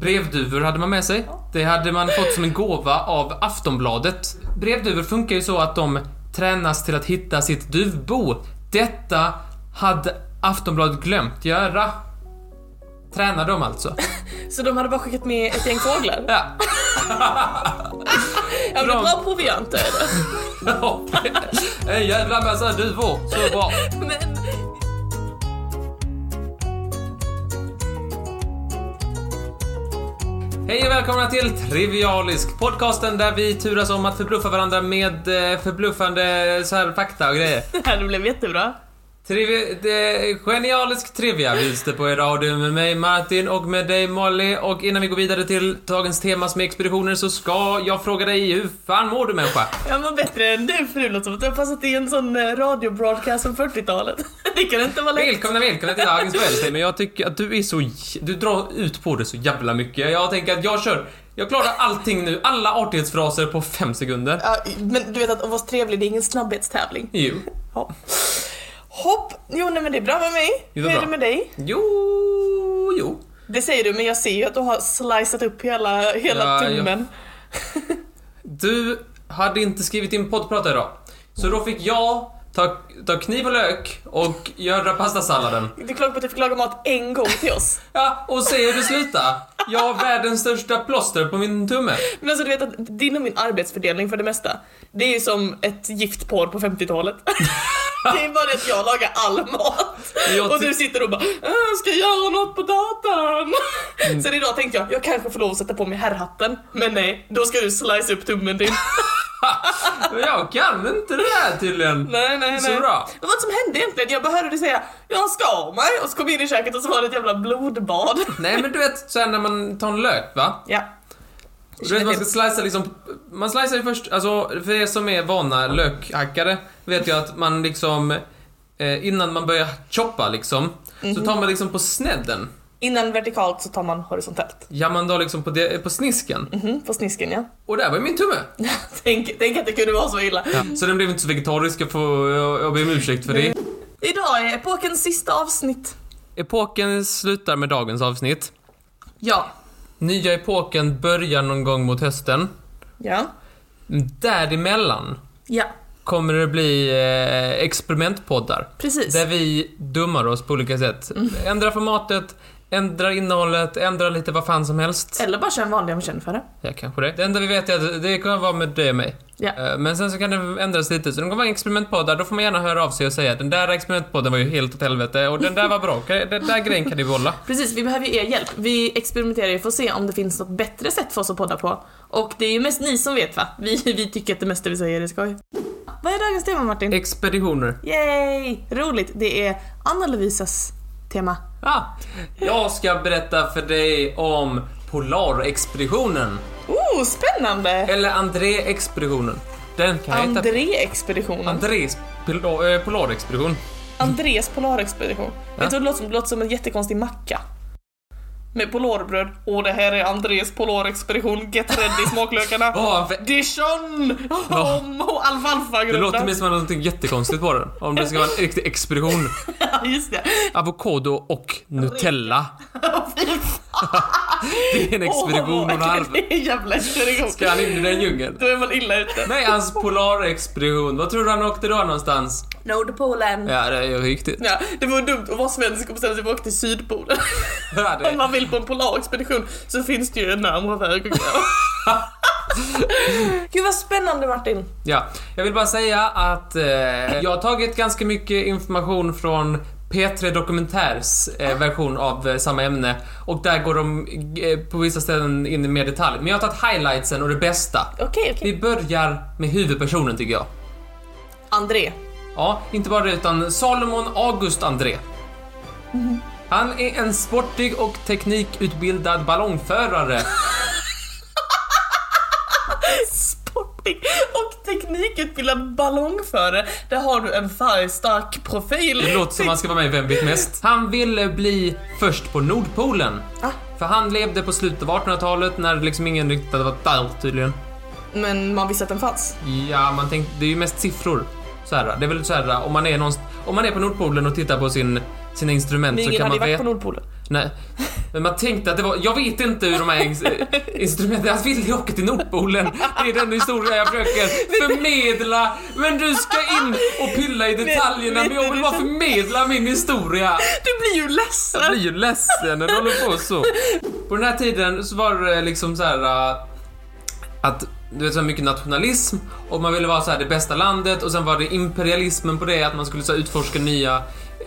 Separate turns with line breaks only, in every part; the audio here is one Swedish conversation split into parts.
Brevduvor hade man med sig. Det hade man fått som en gåva av Aftonbladet. Brevduvor funkar ju så att de tränas till att hitta sitt duvbo. Detta hade Aftonbladet glömt göra. Tränar dem alltså.
Så de hade bara skickat med ett gäng fåglar?
Ja.
Ja men
Bra.
bra proviant är det.
eh, en jävla massa duvor. Så bra.
Men...
Hej och välkomna till Trivialisk, podcasten där vi turas om att förbluffa varandra med eh, förbluffande så här fakta och grejer.
Det här blev jättebra.
Trivi- det, genialisk trivia bjuds det på i radio med mig Martin och med dig Molly. Och innan vi går vidare till dagens tema som är expeditioner så ska jag fråga dig hur fan mår du människa?
Jag mår bättre än du för det låter som att du har passat i en sån eh, radiobroadcast från 40-talet. Det kan inte vara lätt.
Välkomna, välkomna till dagens föreställning. Men jag tycker att du är så... j- Du drar ut på det så jävla mycket. Jag tänker att jag kör... Jag klarar allting nu, alla artighetsfraser på fem sekunder.
Ja, men du vet att om vara trevlig, det är ingen snabbhetstävling.
Jo.
Ja. Hopp! Jo nej men det är bra med mig.
Det är
Hur är
bra.
det med dig?
Jo, jo.
Det säger du men jag ser ju att du har slicat upp hela, hela
Ja, jag-
tummen.
Du hade inte skrivit in poddprat idag. Så då fick jag ta, ta kniv och lök och göra pastasalladen.
Du klagade på att du fick laga mat en gång till oss.
Ja, och se hur det slutar. Jag har världens största plåster på min tumme.
Men alltså du vet att din och min arbetsfördelning för det mesta, det är ju som ett gift par på 50-talet. det är bara det att jag lagar all mat
Jag
och
ty-
du sitter och bara "Äh, “ska jag göra något på datorn?”
Mm.
Sen idag tänkte jag, jag kanske får lov att sätta på mig herrhatten, men nej, då ska du slice upp tummen din.
Men Jag kan inte det här tydligen.
nej, nej, nej.
Så bra.
Det var vad som hände egentligen, jag bara hörde dig säga “jag skar mig” och så kom jag in i köket och så var det ett jävla blodbad.
Nej men du vet såhär när man tar en lök va?
ja.
Du vet man ska slicea liksom, man slicear ju först, alltså för er som är vana lökhackare vet jag att man liksom eh, innan man börjar choppa liksom så tar man liksom på snedden.
Innan vertikalt så tar man horisontellt.
Ja man tar liksom på, det, på snisken.
Mhm, på snisken ja.
Och där var ju min tumme.
Tänk, tänk att det kunde vara så illa.
Så den blev inte så vegetarisk, jag, får, jag, jag ber om ursäkt för det.
Idag är epokens sista avsnitt.
Epoken slutar med dagens avsnitt.
Ja.
Nya epoken börjar någon gång mot hösten.
Ja.
Däremellan
Ja,
kommer det bli eh, experimentpoddar.
precis.
Där vi dummar oss på olika sätt. Ändrar formatet, ändrar innehållet, ändrar lite vad fan som helst.
Eller bara kör en vanlig om du känner för det.
Ja, kanske det. Det enda vi vet är att det kan vara med dig och mig.
Ja.
Eh, Men sen så kan det ändras lite, så det kommer vara en experimentpodd där, då får man gärna höra av sig och säga den där experimentpodden var ju helt åt helvete och den där var bra, Kan- den där grejen kan du behålla.
Precis, vi behöver ju er hjälp. Vi experimenterar ju för att se om det finns något bättre sätt för oss att podda på. Och det är ju mest ni som vet va? Vi, vi tycker att det mesta vi säger är skoj. Vad är dagens tema Martin?
Expeditioner.
Yay! Roligt, det är Anna-Lovisas tema.
Ah, jag ska berätta för dig om Polarexpeditionen.
Oh, spännande!
Eller André-expeditionen. Den kan jag heta.
André-expeditionen.
Andrés pil- eh, Polarexpedition.
Andres polarexpedition. Vet du, det låter som, det låter som en jättekonstig macka. Med polarbröd. Och det här är Andres polarexpedition. Get ready smaklökarna.
Åh, för-
Dijon!
Ja.
Om och
det
alfalfagrunda.
låter mer som något jättekonstigt på den. Om det ska vara en riktig expedition.
Just det.
Avokado och Nutella.
Fy fan.
Det är en expedition hon har.
Det är en jävla expedition.
Ska han in i den djungeln?
Då är man illa ute.
Nej, hans polarexpedition. Vad tror du han åkte då någonstans?
Nord Polen. Ja.
Ja, det är riktigt.
det vore dumt att vara svensk och bestämma sig för att åka till Sydpolen.
Ja,
Om
det.
man vill på en polarexpedition så finns det ju en närmare väg att gå. Gud vad spännande Martin.
ja. Jag vill bara säga att eh, jag har tagit ganska mycket information från P3 Dokumentärs eh, version av eh, samma ämne och där går de eh, på vissa ställen in i mer detalj. Men jag har tagit highlightsen och det bästa.
Okej, okej.
Vi börjar med huvudpersonen tycker jag.
André.
Ja, inte bara det utan Salomon August André. Han är en sportig och teknikutbildad ballongförare.
Sportig och teknikutbildad ballongförare. Där har du en färgstark profil.
Det låter som han ska vara med i Vem vet mest? Han ville bli först på Nordpolen.
Ah.
För han levde på slutet av 1800-talet när liksom ingen riktigt hade varit där tydligen.
Men man visste att den fanns.
Ja, man tänkte, det är ju mest siffror. Så här, det är väl så här, om man är, någonst- om man är på Nordpolen och tittar på sin, sina instrument
Men
så
ingen
kan
hade
man
ju varit
veta...
på Nordpolen.
Nej. Men man tänkte att det var, jag vet inte hur de här ins- instrumenten, han ville ju åka till Nordpolen. Det är den historia jag försöker förmedla. Men du ska in och pilla i detaljerna, men jag vill bara förmedla min historia.
Du blir ju
Jag
ledsen!
blir ju ledsen när du håller på så. På den här tiden så var det liksom så här äh, att du vet så här mycket nationalism och man ville vara så här det bästa landet och sen var det imperialismen på det att man skulle så här, utforska nya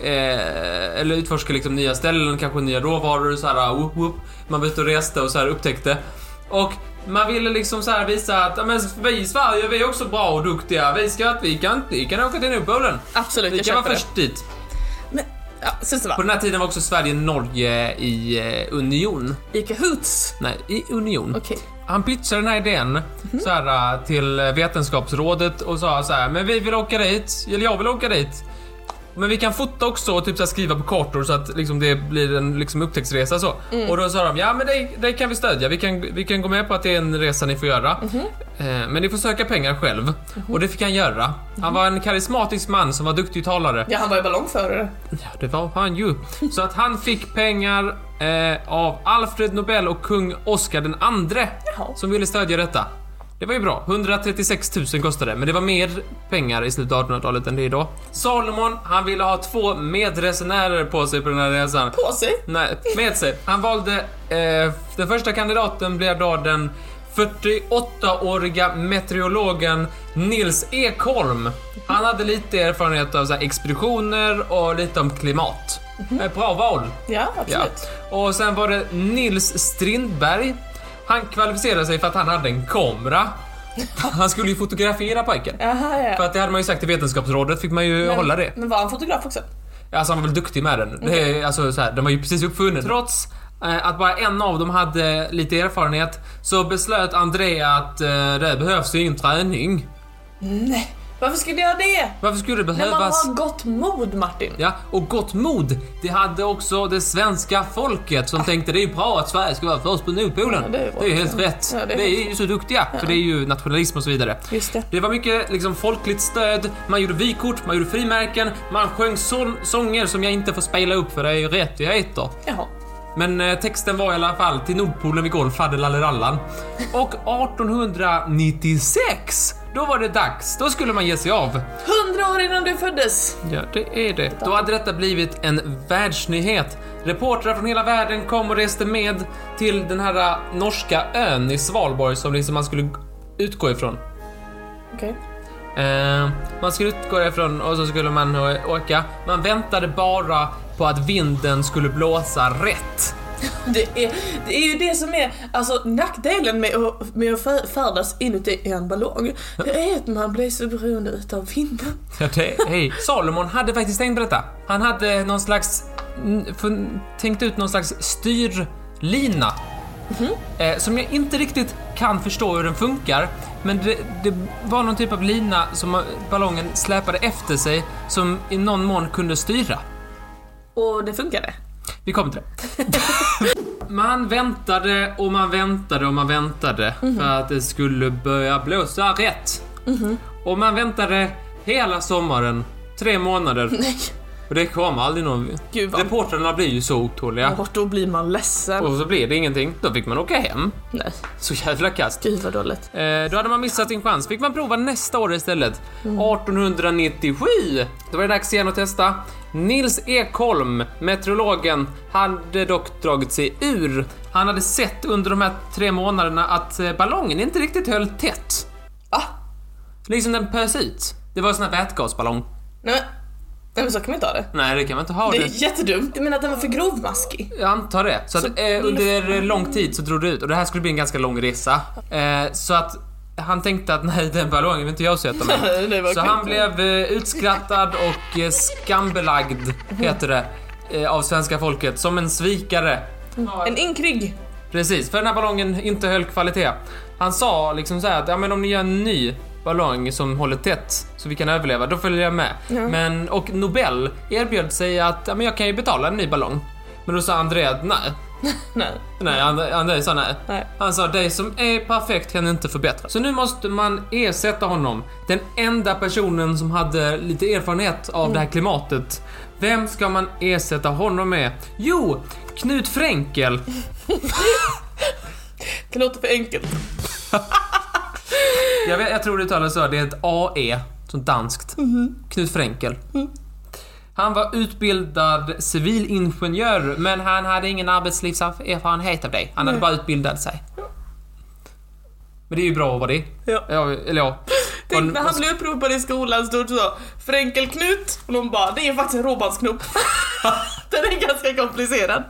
eh, eller utforska liksom nya ställen, kanske nya råvaror och så här äh, whoop, whoop. Man var ute och reste och så här upptäckte och man ville liksom så här visa att ja, men vi i Sverige vi är också bra och duktiga. Vi ska att vi kan, vi kan åka till Nordpolen.
Absolut,
Vi
jag
kan vara
köper det.
först dit.
Men, ja, syns det
På
va?
den här tiden var också Sverige-Norge i eh, union.
I kahoots.
Nej, i union.
Okej.
Han pitchade den här idén så här, eh, till Vetenskapsrådet och sa så här, men vi vill åka dit, eller jag vill åka dit. Men vi kan fota också och typ så här, skriva på kartor så att liksom, det blir en liksom, upptäcktsresa så. Och då sa de, ja men det, det kan vi stödja, vi kan, vi kan gå med på att det är en resa ni får göra. Eh, men ni får söka pengar själv. Och det fick han göra. Han var en karismatisk man som var duktig talare.
Ja, han var ju ballongförare.
Ja, det var han ju. Så att han fick pengar eh, av Alfred Nobel och kung Oscar den andre
Jaha.
som ville stödja detta. Det var ju bra. 136 000 kostade det, men det var mer pengar i slutet av 1800-talet än det är idag. Salomon, han ville ha två medresenärer på sig på den här resan.
På sig.
Nej, med sig. Han valde... Eh, den första kandidaten blev då den 48-åriga meteorologen Nils Ekholm. Han hade lite erfarenhet av så här, expeditioner och lite om klimat. Eh, Bra val.
Ja,
Ja.
Mhm. absolut.
Och sen var det Nils Strindberg. Han kvalificerade sig för att han hade en kamera. Han skulle ju fotografera pojken.
Jaha, ja.
För att det hade man ju sagt i Vetenskapsrådet, fick man ju hålla det.
Men var han fotograf också?
Alltså han var väl duktig med den. Det är, alltså, så här, den var ju precis uppfunnen. Trots eh, att bara en av dem hade lite erfarenhet så beslöt Andrea att eh, det behövs ju ingen träning.
Nej. Varför skulle jag det?
Varför skulle det
När man
behövas?
har gott mod, Martin.
Ja, och gott mod, det hade också det svenska folket som tänkte det är bra att Sverige ska vara först på Nordpolen.
Ja,
det, är
det är
ju
bra.
helt rätt.
Ja, det är
Vi är ju så duktiga, för det är ju nationalism och så vidare.
Just det.
Det var mycket liksom, folkligt stöd, man gjorde vykort, man gjorde frimärken, man sjöng sång- sånger som jag inte får spela upp för det är ju rättigheter.
Jaha.
Men eh, texten var i alla fall till Nordpolen vi går, fadderlallerallan. Och 1896, då var det dags. Då skulle man ge sig av.
Hundra år innan du föddes.
Ja, det är det. Då hade detta blivit en världsnyhet. Reportrar från hela världen kom och reste med till den här eh, norska ön i Svalborg som liksom man skulle utgå ifrån.
Okej.
Eh, man skulle utgå ifrån och så skulle man eh, åka. Man väntade bara på att vinden skulle blåsa rätt.
Det, är, det är ju det som är alltså, nackdelen med att, med att fär- färdas inuti en ballong. Det är att man blir så beroende utav vinden.
Ja, det, hej. Salomon hade faktiskt tänkt på detta. Han hade någon slags, n- fun- tänkt ut någon slags styrlina. Eh, som jag inte riktigt kan förstå hur den funkar. Men det, det var någon typ av lina som eh, ballongen släpade efter sig som i någon mån kunde styra.
Och det funkade.
Vi kommer till det. Man väntade och man väntade och man väntade för att det skulle börja blåsa rätt. Och man väntade hela sommaren, tre månader.
Nej.
Och det kom aldrig någon.
Gud, vad-
Reportrarna blir ju så otåliga.
Och då blir man ledsen.
Och så blev det ingenting. Då fick man åka hem.
Nej,
Så jävla kast.
gud vad dåligt.
Eh, då hade man missat sin chans. Fick man prova nästa år istället.
Mm.
1897! Då var det dags igen att testa. Nils Ekholm, meteorologen, hade dock dragit sig ur. Han hade sett under de här tre månaderna att eh, ballongen inte riktigt höll tätt.
Ah,
Liksom den pös ut. Det var en sån här vätgasballong.
nej men, nej men så kan man inte ha det.
Nej, det kan man inte ha.
Det
Det
är jättedumt. Du menar att den var för grovmaskig?
Jag antar det. Så, att, eh, under eh, lång tid så drog det ut och det här skulle bli en ganska lång resa. Eh, så att han tänkte att nej, den ballongen vill inte jag sätta mig i."
Det var
Så
kul.
han blev eh, utskrattad och eh, skambelagd, heter det, eh, av svenska folket som en svikare.
En inkrygg.
Precis, för den här ballongen inte höll kvalitet. Han sa liksom så här att ja, men om ni gör en ny ballong som håller tätt så vi kan överleva, då följer jag med. Men, och Nobel erbjöd sig att ja, men jag kan ju betala en ny ballong. Men då sa André att nej.
Nej.
Nej, André, André sa nej.
Nej.
Han sa dig som är perfekt kan inte förbättra. Så nu måste man ersätta honom. Den enda personen som hade lite erfarenhet av det här klimatet Vem ska man ersätta honom med? Jo, Knut Fränkel.
Det låter för enkelt.
Jag, vet, jag tror det uttalas så, det är ett AE, som danskt. Knut Fränkel. Han var utbildad civilingenjör, men han hade ingen arbetslivserfarenhet av det. Han hade bara utbildat sig. Men det är ju bra att vara det.
Ja.
Ja, eller ja.
Tänk
Vad-
när han blev uppropad i skolan stod det så Fränkelknut och någon bara det är faktiskt en råbandsknop. Den är ganska komplicerad.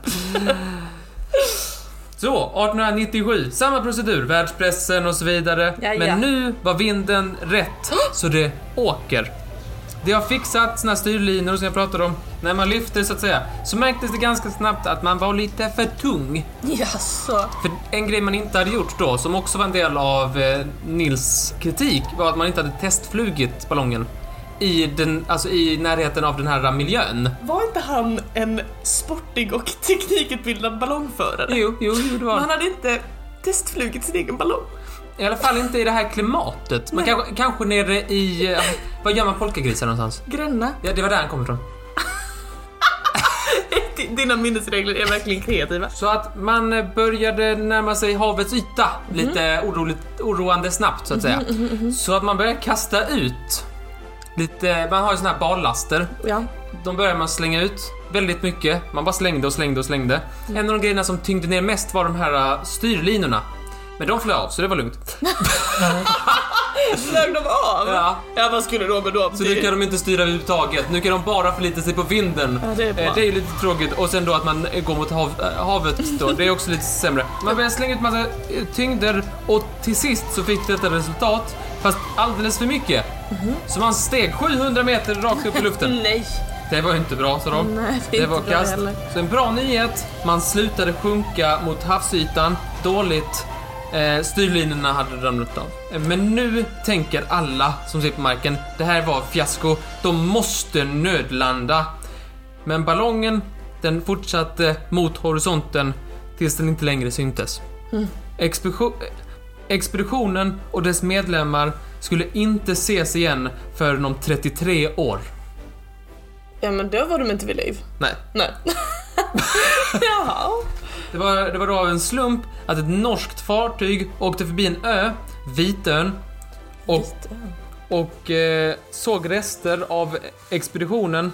Så, 1897, samma procedur, världspressen och så vidare.
Ja, ja.
Men nu var vinden rätt, så det åker. Det har fixat såna här styrlinor som jag pratade om. När man lyfter så att säga, så märktes det ganska snabbt att man var lite för tung.
Jaså?
För en grej man inte hade gjort då, som också var en del av eh, Nils kritik, var att man inte hade testflugit ballongen i, den, alltså i närheten av den här miljön.
Var inte han en sportig och teknikutbildad ballongförare?
Jo, jo, jo det var
Men han hade inte testflugit sin egen ballong.
I alla fall inte i det här klimatet. Men
Nej.
kanske, kanske nere i... eh, Var gör man polkagrisar någonstans?
Gränna.
Ja, det var där han kom ifrån.
Dina minnesregler är verkligen kreativa.
Så att man eh, började närma sig havets yta lite oroligt, oroande snabbt så att säga. Så att man började kasta ut lite... Man har ju såna här ballaster.
Ja.
De började man slänga ut väldigt mycket. Man bara slängde och slängde och slängde. En av de grejerna som tyngde ner mest var de här eh, styrlinorna. Men de flög av, så det var lugnt.
Flög de av?
Ja.
ja vad skulle de med dem
Så nu kan de inte styra överhuvudtaget. Nu kan de bara förlita sig på vinden.
Ja, det är bra.
Eh, det är ju lite tråkigt. Och sen då att man eh, går mot hav, eh, havet då, det är också lite sämre. Man börjar slänga ut massa eh, tyngder och till sist så fick detta resultat, fast alldeles för mycket. Så man steg 700 meter rakt upp i luften.
Mhm. Nej.
Det var ju inte bra sa de.
Nej, det är
det
inte
var
bra
kast.
heller.
Så en bra nyhet, man slutade sjunka mot havsytan. Dåligt. Eh, styrlinorna hade ramlat av. Eh, Men nu tänker alla som sitter på marken, det här var fiasko. De måste nödlanda. Men ballongen, den fortsatte mot horisonten tills den inte längre syntes. Expedition, expeditionen och dess medlemmar skulle inte ses igen förrän om 33 år.
Ja men då var de inte vid liv.
Nej,
Nej. Jaha.
Det var, det var då av en slump att ett norskt fartyg åkte förbi en ö, Vitön, och, och eh, såg rester av expeditionen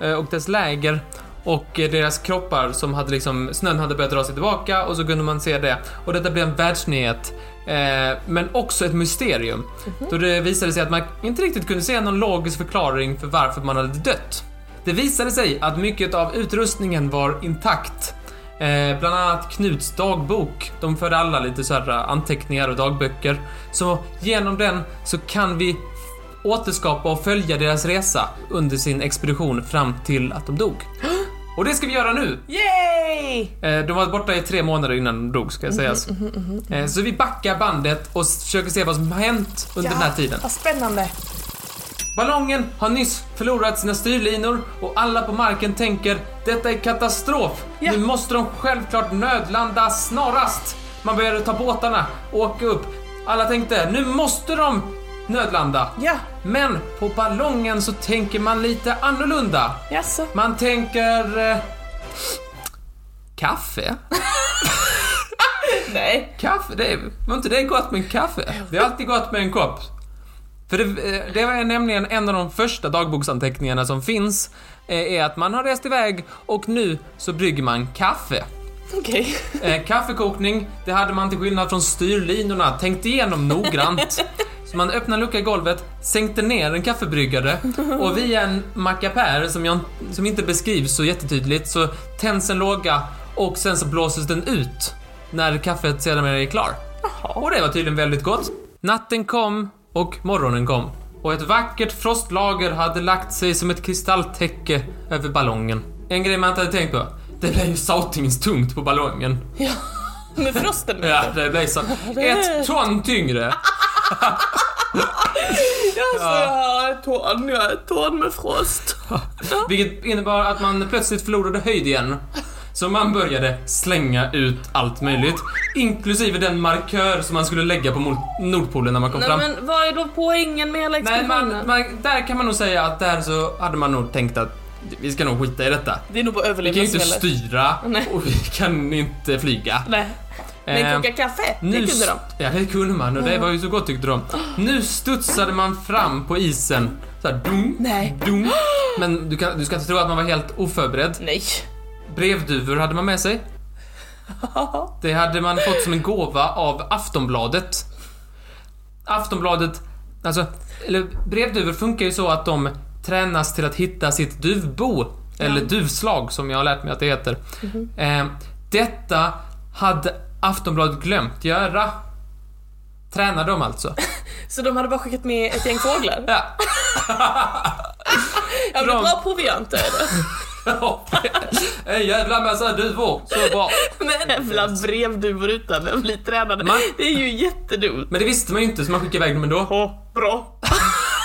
eh, och dess läger och eh, deras kroppar som hade liksom, snön hade börjat dra sig tillbaka och så kunde man se det. Och detta blev en världsnyhet. Eh, men också ett mysterium. Då det visade sig att man inte riktigt kunde se någon logisk förklaring för varför man hade dött. Det visade sig att mycket av utrustningen var intakt. Eh, bland annat Knuts dagbok. De förde alla lite så här eh, anteckningar och dagböcker. Så genom den så kan vi återskapa och följa deras resa under sin expedition fram till att de dog. Och det ska vi göra nu!
Yay!
Eh, De var borta i tre månader innan de dog, ska jag sägas. Eh, Så vi backar bandet och s- försöker se vad som har hänt under den här tiden.
Vad spännande.
Ballongen har nyss förlorat sina styrlinor och alla på marken tänker detta är katastrof.
Ja.
Nu måste de självklart nödlanda snarast. Man började ta båtarna och åka upp. Alla tänkte nu måste de nödlanda.
Ja,
Men på ballongen så tänker man lite annorlunda.
jaså.
Man tänker... Eh, kaffe?
Nej.
Kaffe, det är, var inte det gott med en kaffe? Det är alltid gott med en kopp. För det, eh, det var nämligen en av de första dagboksanteckningarna som finns, eh, är att man har rest iväg och nu så brygger man kaffe.
Okej.
Eh, Kaffekokning, det hade man till skillnad från styrlinorna tänkt igenom noggrant. Så man öppnade en lucka i golvet, sänkte ner en kaffebryggare och via en mackapär som, jag, som inte beskrivs så jättetydligt så tänds en låga och sen så blåses den ut när kaffet sedan är klar. Och det var tydligen väldigt gott. Natten kom och morgonen kom och ett vackert frostlager hade lagt sig som ett kristalltäcke över ballongen. En grej man inte hade tänkt på, det blev ju sautingstungt på ballongen.
Ja. Med frosten
Ja, det blev så. Ett ton tyngre.
Jaså, ja. tån, ja. Tån med frost.
Vilket innebar att man plötsligt förlorade höjd igen. Så man började slänga ut allt möjligt. Inklusive den markör som man skulle lägga på mol- Nordpolen när man kom
Nej
fram.
men vad är då poängen med hela
Nej,
expeditionen?
man, man, där kan man nog säga att där så hade man nog tänkt att vi ska nog skita i detta.
Det är nog bara
Vi kan ju
överlevnad
inte
som gäller.
styra
Nej.
och vi kan inte flyga.
Nej. Men
Ehm,
koka kaffe, det
nu
kunde de. Mm.
st- Ja, det kunde man och det var ju så gott tyckte de. Nu studsade man fram på isen. Såhär dunk,
Nej.
dunk. Men du, kan, du ska inte tro att man var helt oförberedd.
Nej.
Brevduvor hade man med sig. Det hade man fått som en gåva av Aftonbladet. Aftonbladet, alltså, eller brevduvor funkar ju så att de tränas till att hitta sitt duvbo. Eller duvslag som jag har lärt mig att det heter. Eh, detta hade Aftonbladet glömt göra. Tränar de alltså?
Så de hade bara skickat med ett gäng fåglar?
Ja.
Ja, men
Bra.
bra provianter.
en jävla massa duvor, så bra.
Men jävla brevduvor utan att bli tränade.
Man-
Det är ju jättedumt.
Men det visste man ju inte så man skickade iväg dem ändå.
Åh, bra.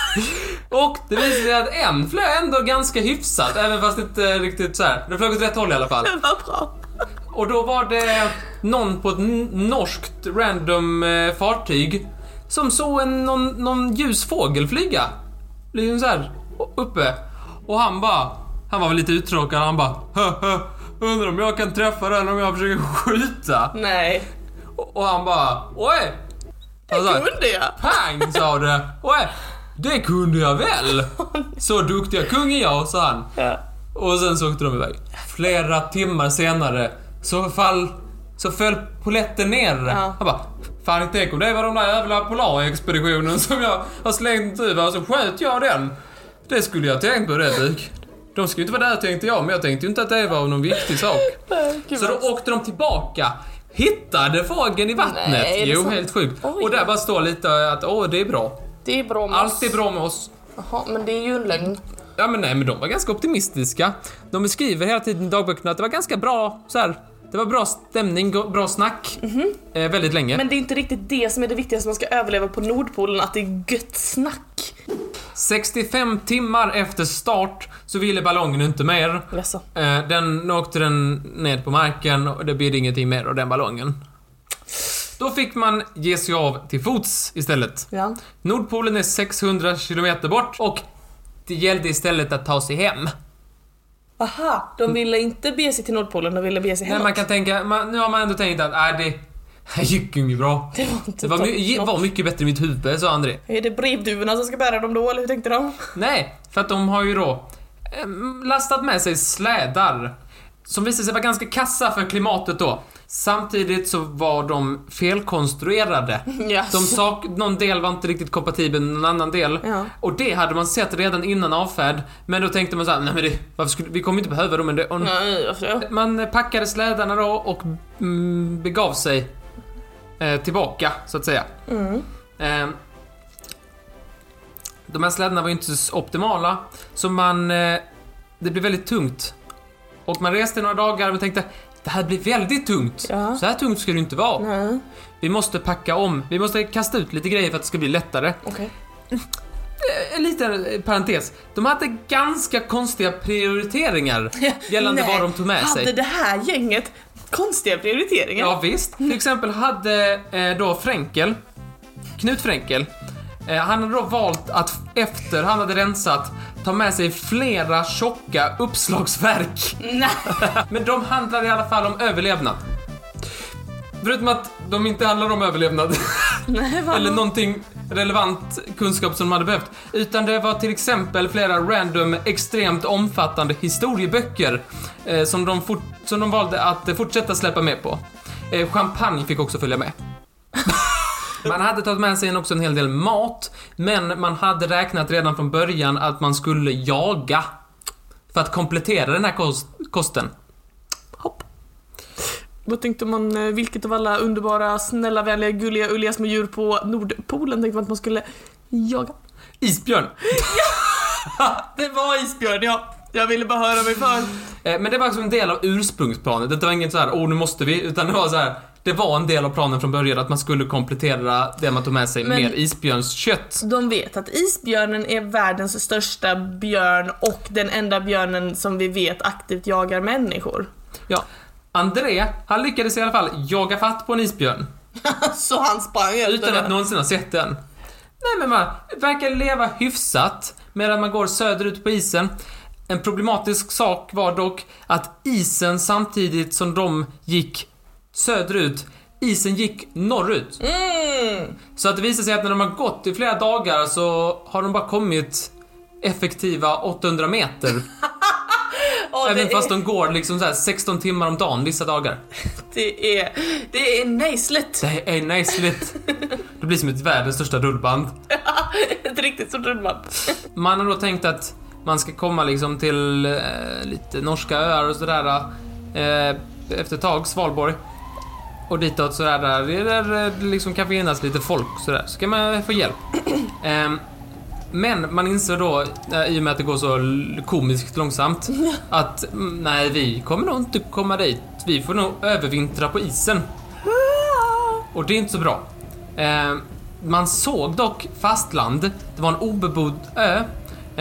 Och det visade sig att en flög ändå ganska hyfsat, även fast inte riktigt så här. Den flög åt rätt håll i alla fall.
Men vad bra.
Och då var det någon på ett n- norskt random eh, fartyg som såg en, någon, någon ljus fågel flyga. Liksom så här, o- uppe. Och han bara, han var väl lite uttråkad, han bara "Hö, hö, Undrar om jag kan träffa den om jag försöker skjuta?
Nej,
Och och han bara, oj! Alltså,
det
Han sa,
kunde jag.
Pang sa det. Oj, det kunde jag väl. Så duktiga kung är jag, sa han.
Ja.
Och sen så åkte de iväg. Flera timmar senare så fall... Så föll poletten ner.
Ja.
Han bara, fan tänk om det var de där jävla polarexpeditionen som jag har slängt ut och så sköt jag den. Det skulle jag tänkt på det Dick. De skulle ju inte vara där tänkte jag, men jag tänkte ju inte att det var någon viktig sak.
Gud,
Så
vad-
då åkte de tillbaka, hittade fågeln i vattnet.
Nej, är det
jo,
sant?
helt sjukt.
Oj.
Och där bara står lite att åh, det är bra.
Det är bra med
Allt är bra med oss.
Jaha, men det är ju en lögn.
Ja, men nej, men de var ganska optimistiska. De beskriver hela tiden i dagböckerna att det var ganska bra, så här. Det var bra stämning, go- bra snack. Eh, väldigt länge.
Mhm. Men det är inte riktigt det som är det viktigaste om man ska överleva på Nordpolen, att det är gött snack.
65 timmar efter start så ville ballongen inte mer.
Jaså?
Eh, den nu åkte den ned på marken och det bidde ingenting mer av den ballongen. Då fick man ge sig av till fots istället.
Ja.
Nordpolen är 600 kilometer bort och det gällde istället att ta sig hem.
Aha, de ville inte bege sig till Nordpolen, de ville bege sig
Men
hemåt.
man kan tänka, man, nu har man ändå tänkt att äh, det, det gick ju inget bra.
Det var inte
Det var,
topp-
my, var mycket bättre i mitt huvud, sa André.
Är det brevduvorna som ska bära dem då, eller hur tänkte de?
Nej, för att de har ju då ehm, lastat med sig slädar som visade sig vara ganska kassa för klimatet då. Samtidigt så var de felkonstruerade.
Yes.
De sak, någon del var inte riktigt kompatibel med någon annan del.
Ja.
Och det hade man sett redan innan avfärd. Men då tänkte man så här, nej men det, varför skulle, vi kommer inte behöva dem. Men det, och
Nej, alltså.
Man packade slädarna då och mm, begav sig eh, tillbaka, så att säga.
Mm,
Eh, de här slädarna var ju inte så optimala, så man... Eh, det blev väldigt tungt. Och man reste några dagar och tänkte det här blir väldigt tungt.
Ja.
Så här tungt ska det inte vara.
Nej,
Vi måste packa om. Vi måste kasta ut lite grejer för att det ska bli lättare.
okej.
Eh, En liten eh, parentes. De hade ganska konstiga prioriteringar gällande
Nej,
vad de tog med sig.
Hade det här gänget konstiga prioriteringar?
Ja visst. Till exempel hade eh, då Fränkel, Knut Fränkel, eh, han hade då valt att efter han hade rensat ta med sig flera tjocka uppslagsverk.
Nej.
Men de handlar i alla fall om överlevnad. Förutom att de inte handlar om överlevnad
Nej, vad?
eller någonting relevant kunskap som de hade behövt. Utan det var till exempel flera random, extremt omfattande historieböcker eh, som, de fort, som de valde att eh, fortsätta släppa med på. Eh, champagne fick också följa med. Man hade tagit med sig också en hel del mat, men man hade räknat redan från början att man skulle jaga för att komplettera den här kost, kosten.
Hopp. Vad tänkte man, eh, vilket av alla underbara, snälla, vänliga, gulliga, ulliga små djur på Nordpolen tänkte man att man skulle jaga?
Isbjörn!
Det var isbjörn, ja. Jag ville bara höra mig för.
Eh, Men det var också en del av ursprungsplanen. Det var inget så här, åh nu måste vi, utan det var så här. Det var en del av planen från början att man skulle komplettera det man tog med sig
Men-
med isbjörnskött.
De vet att isbjörnen är världens största björn och den enda björnen som vi vet aktivt jagar människor.
Ja. André, han lyckades i alla fall jaga fatt på en isbjörn.
Så han sprang efter
Utan att
den.
någonsin ha sett den. Nej men man verkar leva hyfsat medan man går söderut på isen. En problematisk sak var dock att isen samtidigt som de gick söderut, isen gick norrut.
Mm.
Så att det visar sig att när de har gått i flera dagar så har de bara kommit effektiva 800 meter.
Ja,
även
det,
fast
är,
de går liksom så här 16 timmar om dagen vissa dagar.
det är... Det är nejslet.
Det är najsligt. Det blir som ett världens största rullband.
Ett riktigt stort rullband.
Man har då tänkt att man ska komma liksom till eh, lite norska öar och sådär eh, efter ett tag, Svalborg. Och ditåt sådär, där det där eh, det liksom kan finnas lite folk sådär, så kan man få hjälp. Ehm, men man inser då, eh, i och med att det går så l- komiskt långsamt, att mm, nej, vi kommer nog inte komma dit. Vi får nog övervintra på isen. Och det är inte så bra. Eh, man såg dock fastland. Det var en obebodd ö.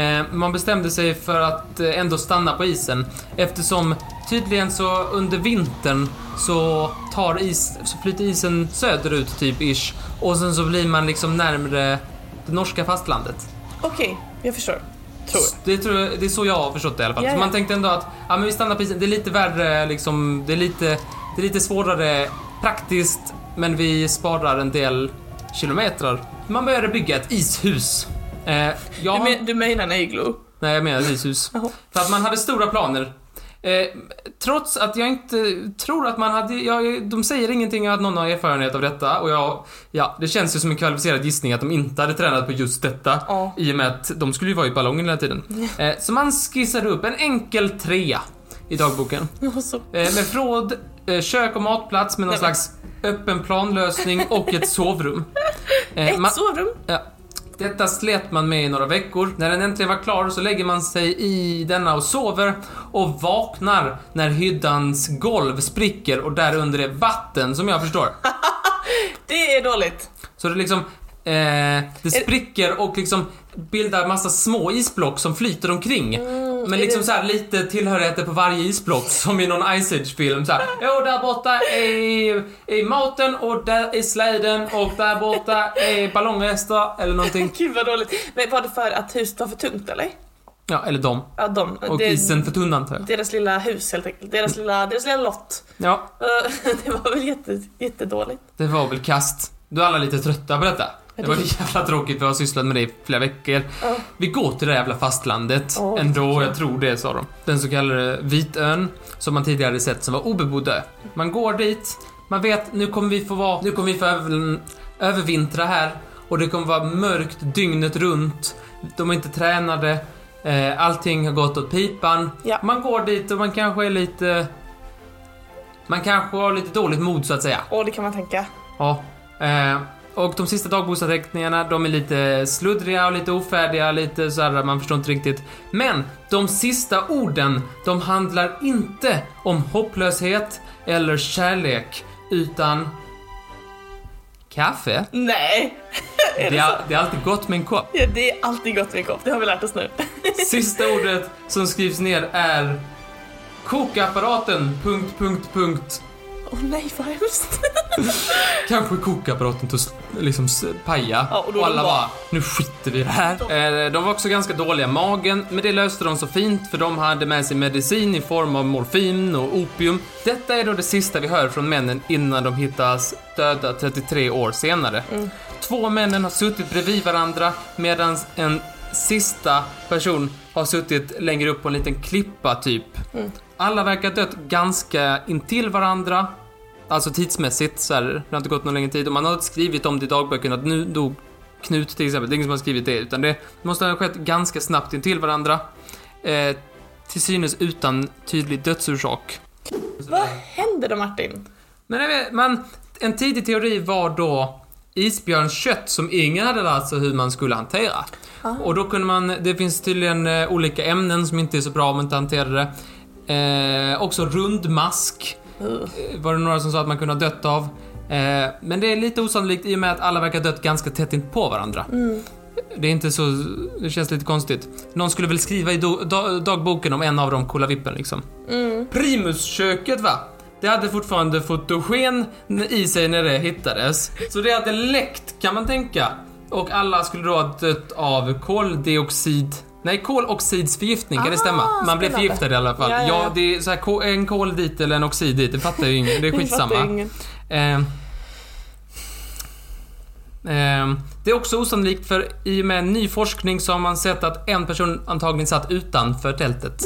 Eh, man bestämde sig för att eh, ändå stanna på isen eftersom tydligen så under vintern så tar is, så flyter isen söderut typ ish och sen så blir man liksom närmre det norska fastlandet.
Okej, jag förstår. Tror jag.
Det, tror jag, det är så jag har förstått det i alla fall.
Ja,
Så man
ja.
tänkte ändå att ja, men vi stannar på isen. Det är lite värre liksom, det är lite, det är lite svårare praktiskt men vi sparar en del kilometrar. Man började bygga ett ishus. Eh, jag,
Du,
har-
men, du menar en iglo?
Nej, jag menar ishus.
Jaha.
För att man hade stora planer. Eh, trots att jag inte tror att man hade... Jag, de säger ingenting om att någon har erfarenhet av detta och jag... Ja, det känns ju som en kvalificerad gissning att de inte hade tränat på just detta.
Ja.
I och med att de skulle ju vara i ballongen hela tiden. Eh, så man skissade upp en enkel trea i dagboken.
Ja, så.
Eh, med förråd, eh, kök och matplats med någon
Nej, men-
slags öppen planlösning och ett sovrum. Eh,
Ett
ma-
sovrum?
Ja. Detta slet man med i några veckor. När den äntligen var klar så lägger man sig i denna och sover och vaknar när hyddans golv spricker och där under är vatten som jag förstår.
Det är dåligt.
Så det liksom Eh, det spricker och liksom bildar massa små isblock som flyter omkring. Men
Mm, är
liksom
det-
så här lite tillhörigheter på varje isblock som i någon Ice Age-film. Så här, "Jo, där borta är, är maten och där är släden och där borta är ballongrester eller någonting.
Gud vad dåligt. Men var det för att huset var för tungt eller?
Ja, eller dem.
Ja, de.
Och
det,
isen för tunn antar jag.
Deras lilla hus helt enkelt. Deras lilla, deras lilla lott.
Ja,
Eh, Det var väl jätte, jättedåligt.
det var väl kast. Du är alla lite trötta på detta. Det
det-
var jävla tråkigt, vi har sysslat med det i flera veckor.
Ja.
Vi går till det jävla fastlandet
Ja,
ändå, jag tror det sa de. Den så kallade Vitön, som man tidigare hade sett som var obebodd ö. Man går dit, man vet nu kommer vi få vara, nu kommer vi få över, övervintra här och det kommer vara mörkt dygnet runt. De är inte tränade, eh, allting har gått åt pipan.
Ja.
Man går dit och man kanske är lite... Man kanske har lite dåligt mod så att säga.
Åh, det kan man tänka.
Ja. Eh, och de sista dagboksanteckningarna, de är lite sluddriga och lite ofärdiga, lite så här, man förstår inte riktigt. Men de sista orden, de handlar inte om hopplöshet eller kärlek, utan kaffe.
Nej! är det,
Det är,
så?
det är alltid gott med en kopp.
Ja, det är alltid gott med en kopp, det har vi lärt oss nu.
Sista ordet som skrivs ner är kokapparaten... Punkt, punkt, punkt.
Åh nej, vad hemskt.
Kanske kokapparaten tog s- liksom s- paja
Ja, och då
alla
de bara-
bara, nu skiter vi i det här. Eh, De var också ganska dåliga i magen, men det löste de så fint för de hade med sig medicin i form av morfin och opium. Detta är då det sista vi hör från männen innan de hittas döda 33 år senare.
Mm.
Två männen har suttit bredvid varandra medan en sista person har suttit längre upp på en liten klippa typ.
Mm.
Alla verkar ha dött ganska intill varandra Alltså tidsmässigt så här, det har inte gått någon längre tid och man har inte skrivit om det i dagböckerna att nu dog Knut till exempel. Det är ingen som har skrivit det utan det måste ha skett ganska snabbt intill varandra. Eh, till synes utan tydlig dödsorsak.
vad händer då Martin?
Men, jag vet- men en tidig teori var då isbjörnskött som ingen hade lärt sig hur man skulle hantera. Och då kunde man, det finns tydligen eh, olika ämnen som inte är så bra om man inte hanterar det. Eh, också rundmask
Uh.
eh, var det några som sa att man kunde ha dött av. Eh, men det är lite osannolikt i och med att alla verkar ha dött ganska tätt in på varandra.
Mm.
Det är inte så, det känns lite konstigt. Någon skulle väl skriva i do, da, dagboken om en av dem kolla vippen liksom.
Mm.
Primusköket va? Det hade fortfarande fotogen i sig när det hittades. Så det hade läckt kan man tänka. Och alla skulle då ha dött av koldioxid Nej, koloxidsförgiftning, kan det
Ah,
stämma? Man blir
spännande.
förgiftad i alla fall.
Ja,
Ja,
ja, ja.
det är så här, ko- en kol dit eller en oxid dit, det fattar ju ingen. Det är
Fattar
skitsamma.
ingen.
Eh, eh, det är också osannolikt för i och med ny forskning så har man sett att en person antagligen satt utanför tältet.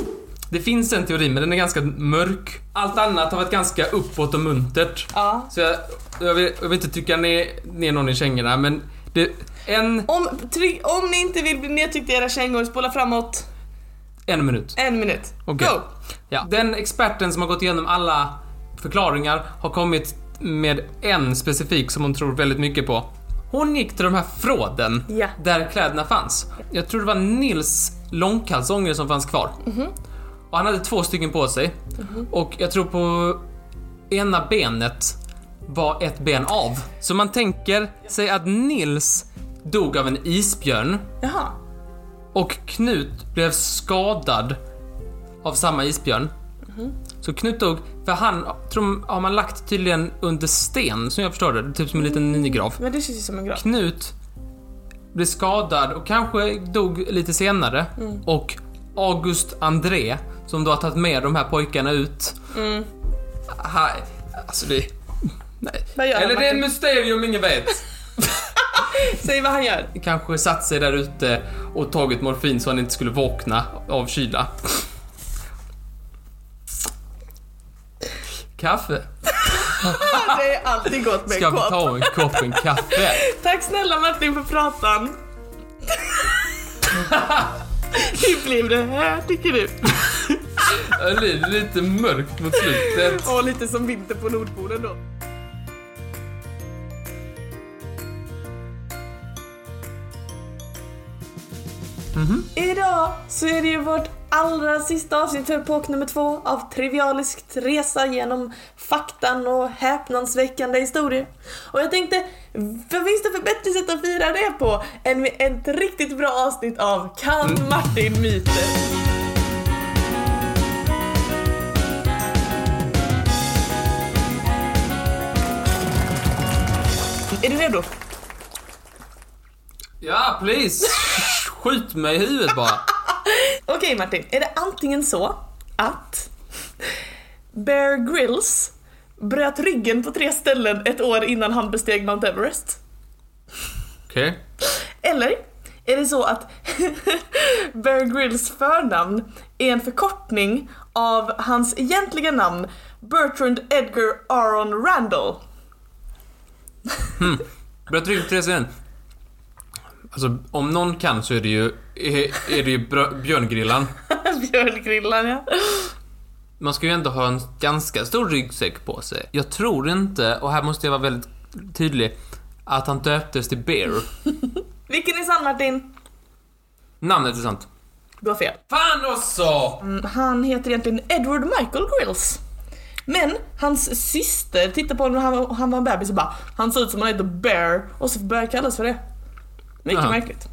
Det finns en teori men den är ganska mörk. Allt annat har varit ganska uppåt och muntert.
Ja.
Så jag, jag, vill, jag vill inte trycka ner, ner någon i kängorna men det, en,
Om, tryck, om ni inte vill bli nedtryckta i era kängor, spola framåt
en minut.
en minut.
Okej.
Go!
Ja. Den experten som har gått igenom alla förklaringar har kommit med en specifik som hon tror väldigt mycket på. Hon gick till de här fråden
Ja.
där kläderna fanns. Jag tror det var Nils långkalsonger som fanns kvar. Och han hade två stycken på sig. Och jag tror på ena benet var ett ben av. Så man tänker sig att Nils dog av en isbjörn
Jaha.
och Knut blev skadad av samma isbjörn. Så Knut dog, för han tror, har man lagt tydligen under sten, som jag förstår det, typ som en liten minigrav.
Men det känns ju som en grav.
Knut blev skadad och kanske dog lite senare. Och August André, som då har tagit med de här pojkarna ut.
Mm.
Ha, alltså det... Nej.
Vad gör han,
Eller det är ett
Martin?
mysterium ingen vet.
Säg vad han gör.
kanske satt sig där ute och tagit morfin så han inte skulle vakna av kyla. Kaffe.
Det är alltid gott med
Ska vi
kåt.
ta en kopp en kaffe?
Tack snälla Martin för pratan. Hur blev det här tycker du?
Det blir lite mörkt mot slutet.
Och lite som vinter på Nordpolen då. Mm-hmm. Idag så är det ju vårt allra sista avsnitt för epok nummer två av Trivialiskt resa genom faktan och häpnadsväckande historier. Och jag tänkte, vad finns det för bättre sätt att fira det på än med ett riktigt bra avsnitt av Kan Martin myter? Är du redo?
Ja, please. Skjut mig i huvudet bara.
Okej Martin, är det antingen så att Bear Grylls bröt ryggen på tre ställen ett år innan han besteg Mount Everest?
Okej.
Eller är det så att Bear Grylls förnamn är en förkortning av hans egentliga namn Bertrand Edgar Aron Randall?
Bröt ryggen på tre ställen. Alltså, om någon kan så är det ju, är, är det ju brö- björngrillan.
Björngrillan ja.
Man ska ju ändå ha en ganska stor ryggsäck på sig. Jag tror inte, och här måste jag vara väldigt tydlig, att han döptes till Bear.
Vilken är sann Martin?
Namnet är sant.
Du har fel.
Fan också!
Han heter egentligen Edward Michael Grills. Men hans syster tittade på honom när han, han var en bebis och bara Han ser ut som han heter Bear och så började han kallas för det. Mycket
Jaha.
märkligt.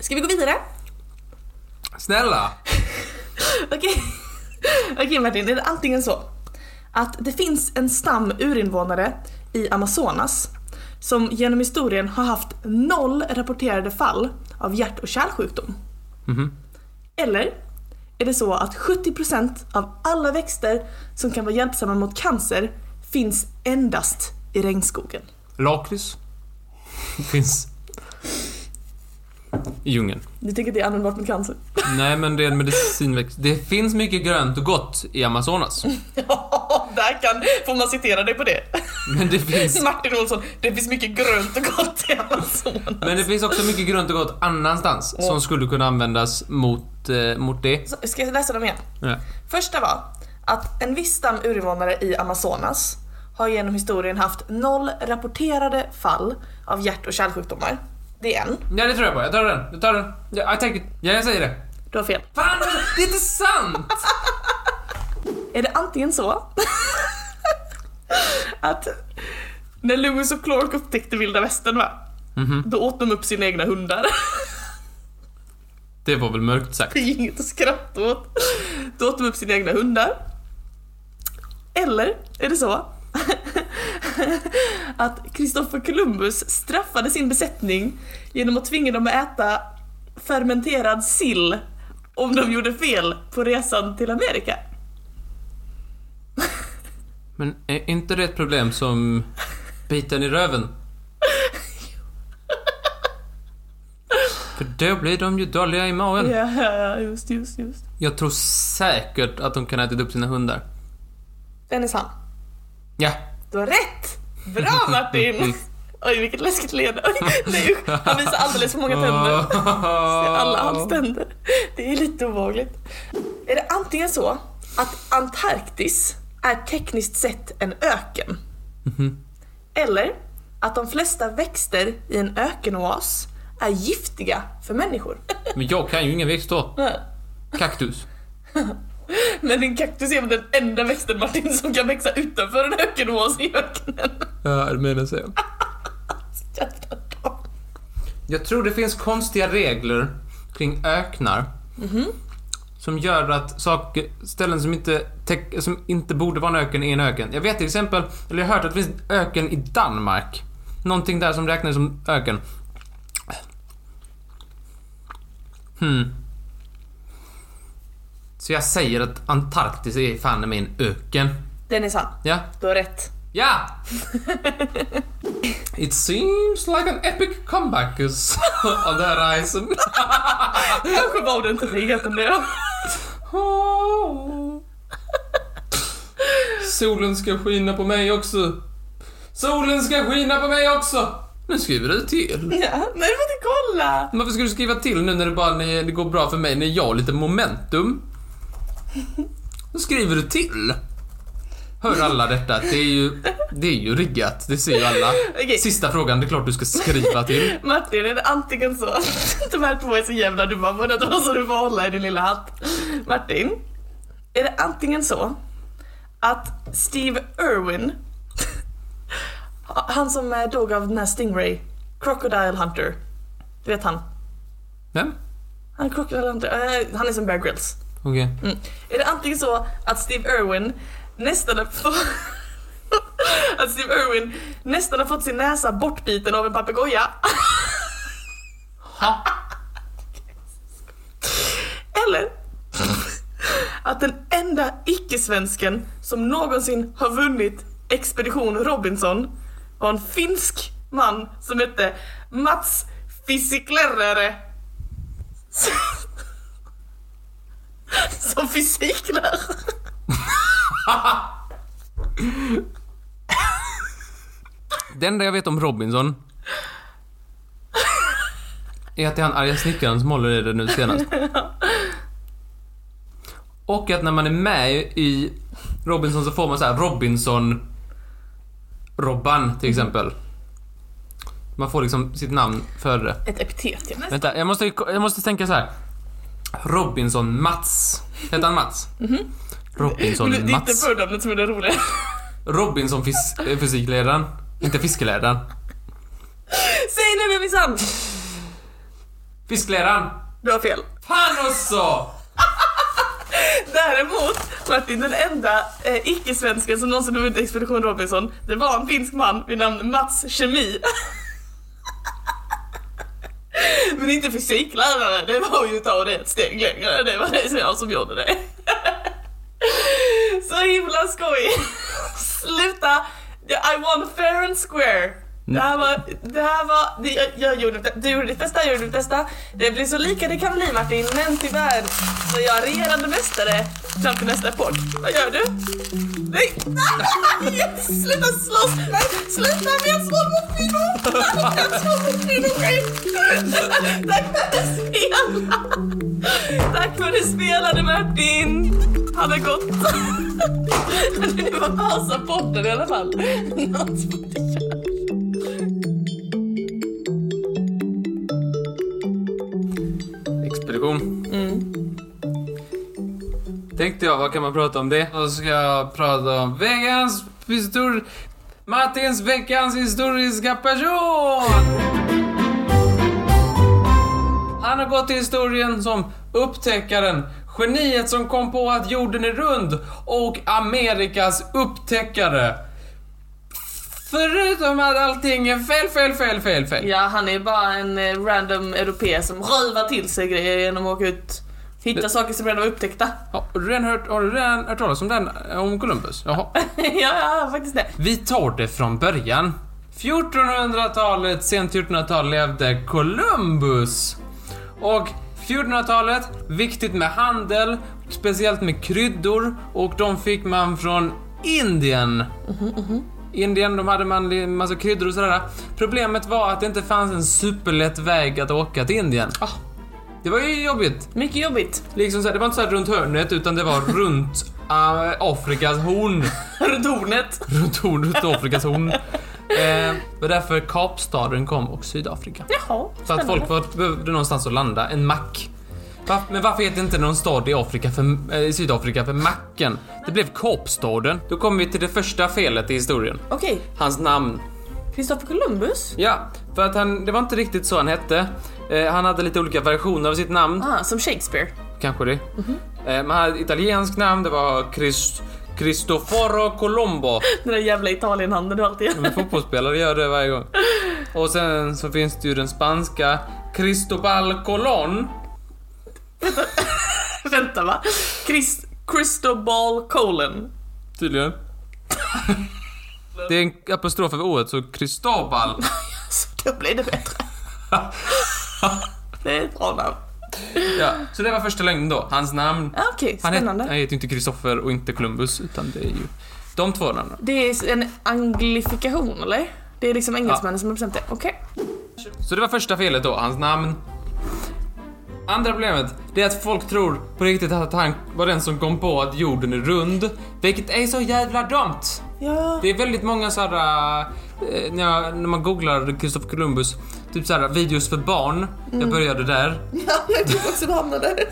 Ska vi gå vidare?
Snälla!
Okej. Okej Martin, är det antingen så att det finns en stam urinvånare i Amazonas som genom historien har haft noll rapporterade fall av hjärt och kärlsjukdom?
Mhm.
Eller är det så att 70% av alla växter som kan vara hjälpsamma mot cancer finns endast i regnskogen?
Lakrits. Finns. I djungen.
Du tycker att det är användbart mot cancer?
Nej, men det är en medicinväxt. Det finns mycket grönt och gott i Amazonas.
Ja, där kan, får man citera dig på det.
Men det finns...
Martin Olsson, det finns mycket grönt och gott i Amazonas.
Men det finns också mycket grönt och gott annanstans som skulle kunna användas mot, eh, mot det.
Så, Ska jag läsa dem igen?
Ja.
Första var att en viss stam urinvånare i Amazonas har genom historien haft noll rapporterade fall av hjärt och kärlsjukdomar. Det är en.
ja, det tror jag på. Jag tar den. Jag tar den. Ja, I take it. Ja, jag säger det.
Du har fel.
Fan, det är inte sant!
Är det antingen så att när Lewis och Clark upptäckte vilda västern va? Då åt de upp sina egna hundar.
Det var väl mörkt sagt.
Det är inget att skratta åt. Då åt de upp sina egna hundar. Eller är det så att Kristoffer Columbus straffade sin besättning genom att tvinga dem att äta fermenterad sill om de gjorde fel på resan till Amerika.
Men är inte det ett problem som biten i röven? För då blir de ju dåliga i magen.
Ja, ja, ja, just, just, just.
Jag tror säkert att de kan ha ätit upp sina hundar.
Den är sann.
Ja.
Du har rätt! Bra Martin! Oj, vilket läskigt leende. Oj, nej, usch. han visar alldeles för många tänder. Se alla hans tänder. Det är lite obehagligt. Är det antingen så att Antarktis är tekniskt sett en öken? Mhm. Eller att de flesta växter i en ökenoas är giftiga för människor?
Men jag kan ju ingen växt då. Kaktus.
Men en kaktus är väl den enda växten Martin som kan växa utanför en ökenoas i öknen.
Ja, det menar jag.
Jävla dag.
Jag tror det finns konstiga regler kring öknar. Som gör att saker, ställen som inte, täck- som inte borde vara en öken är en öken. Jag vet till exempel, eller jag har hört att det finns öken i Danmark. Någonting där som räknas som öken. Hmm. Så jag säger att Antarktis är fan i min öken.
Den är sann.
Ja,
Du har rätt.
Ja! It seems like an epic comeback is on the horizon.
Kanske var det inte det ändå.
Solen ska skina på mig också. Solen ska skina på mig också! Nu skriver du till.
Ja, men du får inte kolla!
Men Varför ska du skriva till nu när det bara när det går bra för mig, när jag har lite momentum? Då skriver du till. Hör alla detta? Det är ju, det är ju riggat, det ser ju alla.
Okej.
Sista frågan, det är klart du ska skriva till.
Martin, är det antingen så att de här två är så jävla dumma båda två så du får hålla i din lilla hatt. Martin, är det antingen så att Steve Irwin, han som är dog av den här Stingray, Crocodile Hunter, du vet han?
Vem?
Han är Crocodile Hunter, eh, han är som Bear Grylls.
Okej.
Mm. Är det antingen så att Steve Irwin nästan har fått... att Steve Irwin nästan har fått sin näsa bortbiten av en papegoja?
Ha.
Eller att den enda icke-svensken som någonsin har vunnit Expedition Robinson var en finsk man som hette Mats Fysiklärare. Som fysiklärare.
Det enda jag vet om Robinson är att det är han arga snickaren som håller i det nu senast. Och att när man är med i Robinson så får man så här Robinson Robban till exempel. Man får liksom sitt namn före det.
Ett epitet, ja.
Vänta, jag måste, jag måste tänka så här. Robinson Mats. Hette han Mats?
Mhm. Men det
Robinson
är inte
Mats.
förnamnet som är det roliga.
Robinson fis- eh, fysikläraren. Inte fiskeläraren.
Säg nu vem är sann!
Fiskläraren!
Du har fel.
Fan också!
Däremot Martin, den enda eh, icke-svensken som någonsin har vunnit Expedition Robinson, det var en finsk man vid namn Mats Kemi. Men inte fysiklärare, det var ju att ta det ett steg längre, det var det som jag som gjorde det. Så himla skoj! Sluta! I won fair and square! Det här var, det här var, det, jag, jag gjorde mitt, du gjorde ditt bästa, jag gjorde mitt bästa. Det blir så lika det kan bli Martin, men tyvärr så är jag regerande mästare fram till nästa podd. Vad gör du? Nej! Nej! Sluta slåss! Nej, sluta! Vi har slått mot kvinnor! Vi har slått mot kvinnor! Tack för det spelade! Tack för det spelade Martin! Han har gått. Du får pausa podden i alla fall. Något får du göra.
Expedition. Tänkte jag, vad kan man prata om det? Då ska jag prata om veckans histor... Martins veckans historiska person! Han har gått till historien som upptäckaren, geniet som kom på att jorden är rund och Amerikas upptäckare. Förutom att allting är fel, fel, fel, fel, fel.
Ja, han är bara en eh, random europé som rövar till sig grejer genom att åka ut. Hitta
Det-
saker som redan var upptäckta.
Ja, har, du redan hört, har du redan hört talas om den, eh, om Columbus? Jaha.
ja, ja, faktiskt det.
Vi tar det från början. 1400-talet, sent 1400-tal levde Columbus. Och 1400-talet, viktigt med handel, speciellt med kryddor och de fick man från Indien. Indien, de hade man en massa kryddor och sådär. Problemet var att det inte fanns en superlätt väg att åka till Indien.
Ah.
Det var ju jobbigt.
Mycket jobbigt.
Liksom så här, det var inte så här runt hörnet utan det var runt eh, Afrikas horn
Runt hornet.
runt horn, runt Afrikas horn. Eh, det var därför Kapstaden kom och Sydafrika.
Jaha,
Så att folk var, behövde någonstans att landa, en mack. Va, men varför heter inte någon stad i, Afrika för, eh, i Sydafrika för macken? Det blev Kapstaden. Då kommer vi till det första felet i historien.
Okej,
Hans namn.
Kristoffer Columbus?
Ja, för att han, det var inte riktigt så han hette. Eh, han hade lite olika versioner av sitt namn.
Ah, som Shakespeare.
Kanske det.
Mhm.
Eh, man hade ett italienskt namn, det var Chris, Cristoforo Colombo.
Den där jävla Italienhandeln du alltid gör.
Men fotbollsspelare gör det varje gång. Och sen så finns det ju den spanska Cristobal Colón.
Vänta va? Chris, Cristobal Colon.
Tydligen. Det är en apostrof över ordet, så Cristobal.
Så då blir det bättre. det är ett bra namn.
Ja, så det var första lögnen då, hans namn.
Ah, Okej,
Han heter, han
spännande.
heter ju inte Kristoffer och inte Columbus, utan det är ju de två namnen.
Det är en anglifikation eller? Det är liksom engelsmännen som har bestämt det. Okej.
Så det var första felet då, hans namn. Andra problemet, det är att folk tror på riktigt att han var den som kom på att jorden är rund, vilket är så jävla dumt.
Ja.
Det är väldigt många så här, eh, när, jag, när man googlar Kristoffer Columbus, typ så här videos för barn. Jag började där.
Ja, jag tyckte också det hamnade där.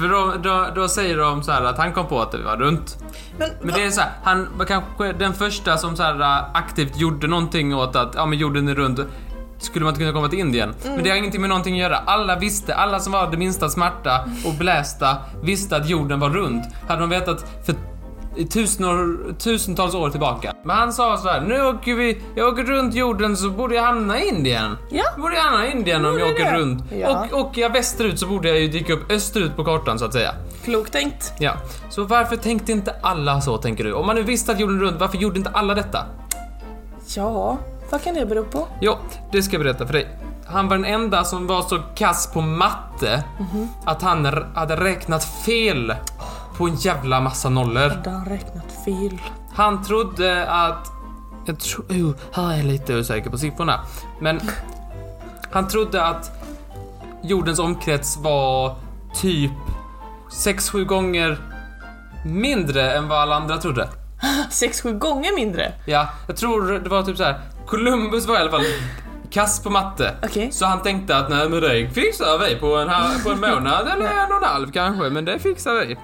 För då, då, då säger de så här att han kom på att det var runt.
Men,
Men det är så här, han var kanske den första som så här eh, aktivt gjorde någonting åt att ja, men jorden är rund. Skulle man inte kunna komma till Indien? Men det har ingenting med någonting att göra. Alla visste, alla som var det minsta smarta och blästa visste att jorden var rund. Hade de vetat för i tusen år, tusentals år tillbaka. Men han sa så här: nu åker vi, jag åker runt jorden så borde jag hamna i Indien.
Ja.
Jag Borde jag hamna i Indien om
Borde
jag åker
det.
runt.
Ja.
Och åker jag västerut så borde jag ju dyka upp österut på kartan så att säga.
Klokt tänkt.
Ja, så varför tänkte inte alla så tänker du? Om man nu visste att jorden är rund, varför gjorde inte alla detta?
Ja, vad kan det bero på?
Jo, det ska jag berätta för dig. Han var den enda som var så kass på matte att han r- hade räknat fel på en jävla massa nollor.
Hade han räknat fel?
Han trodde att... Jag tror... Oh, här är jag lite osäker på siffrorna. Men han trodde att jordens omkrets var typ 6-7 gånger mindre än vad alla andra trodde.
Sex, sju gånger mindre?
Ja, jag tror det var typ så här. Columbus var i alla fall kass på matte.
Okej.
Så han tänkte att nej men det fixar vi på en, halv, på en månad eller en och en halv kanske, men det fixar vi.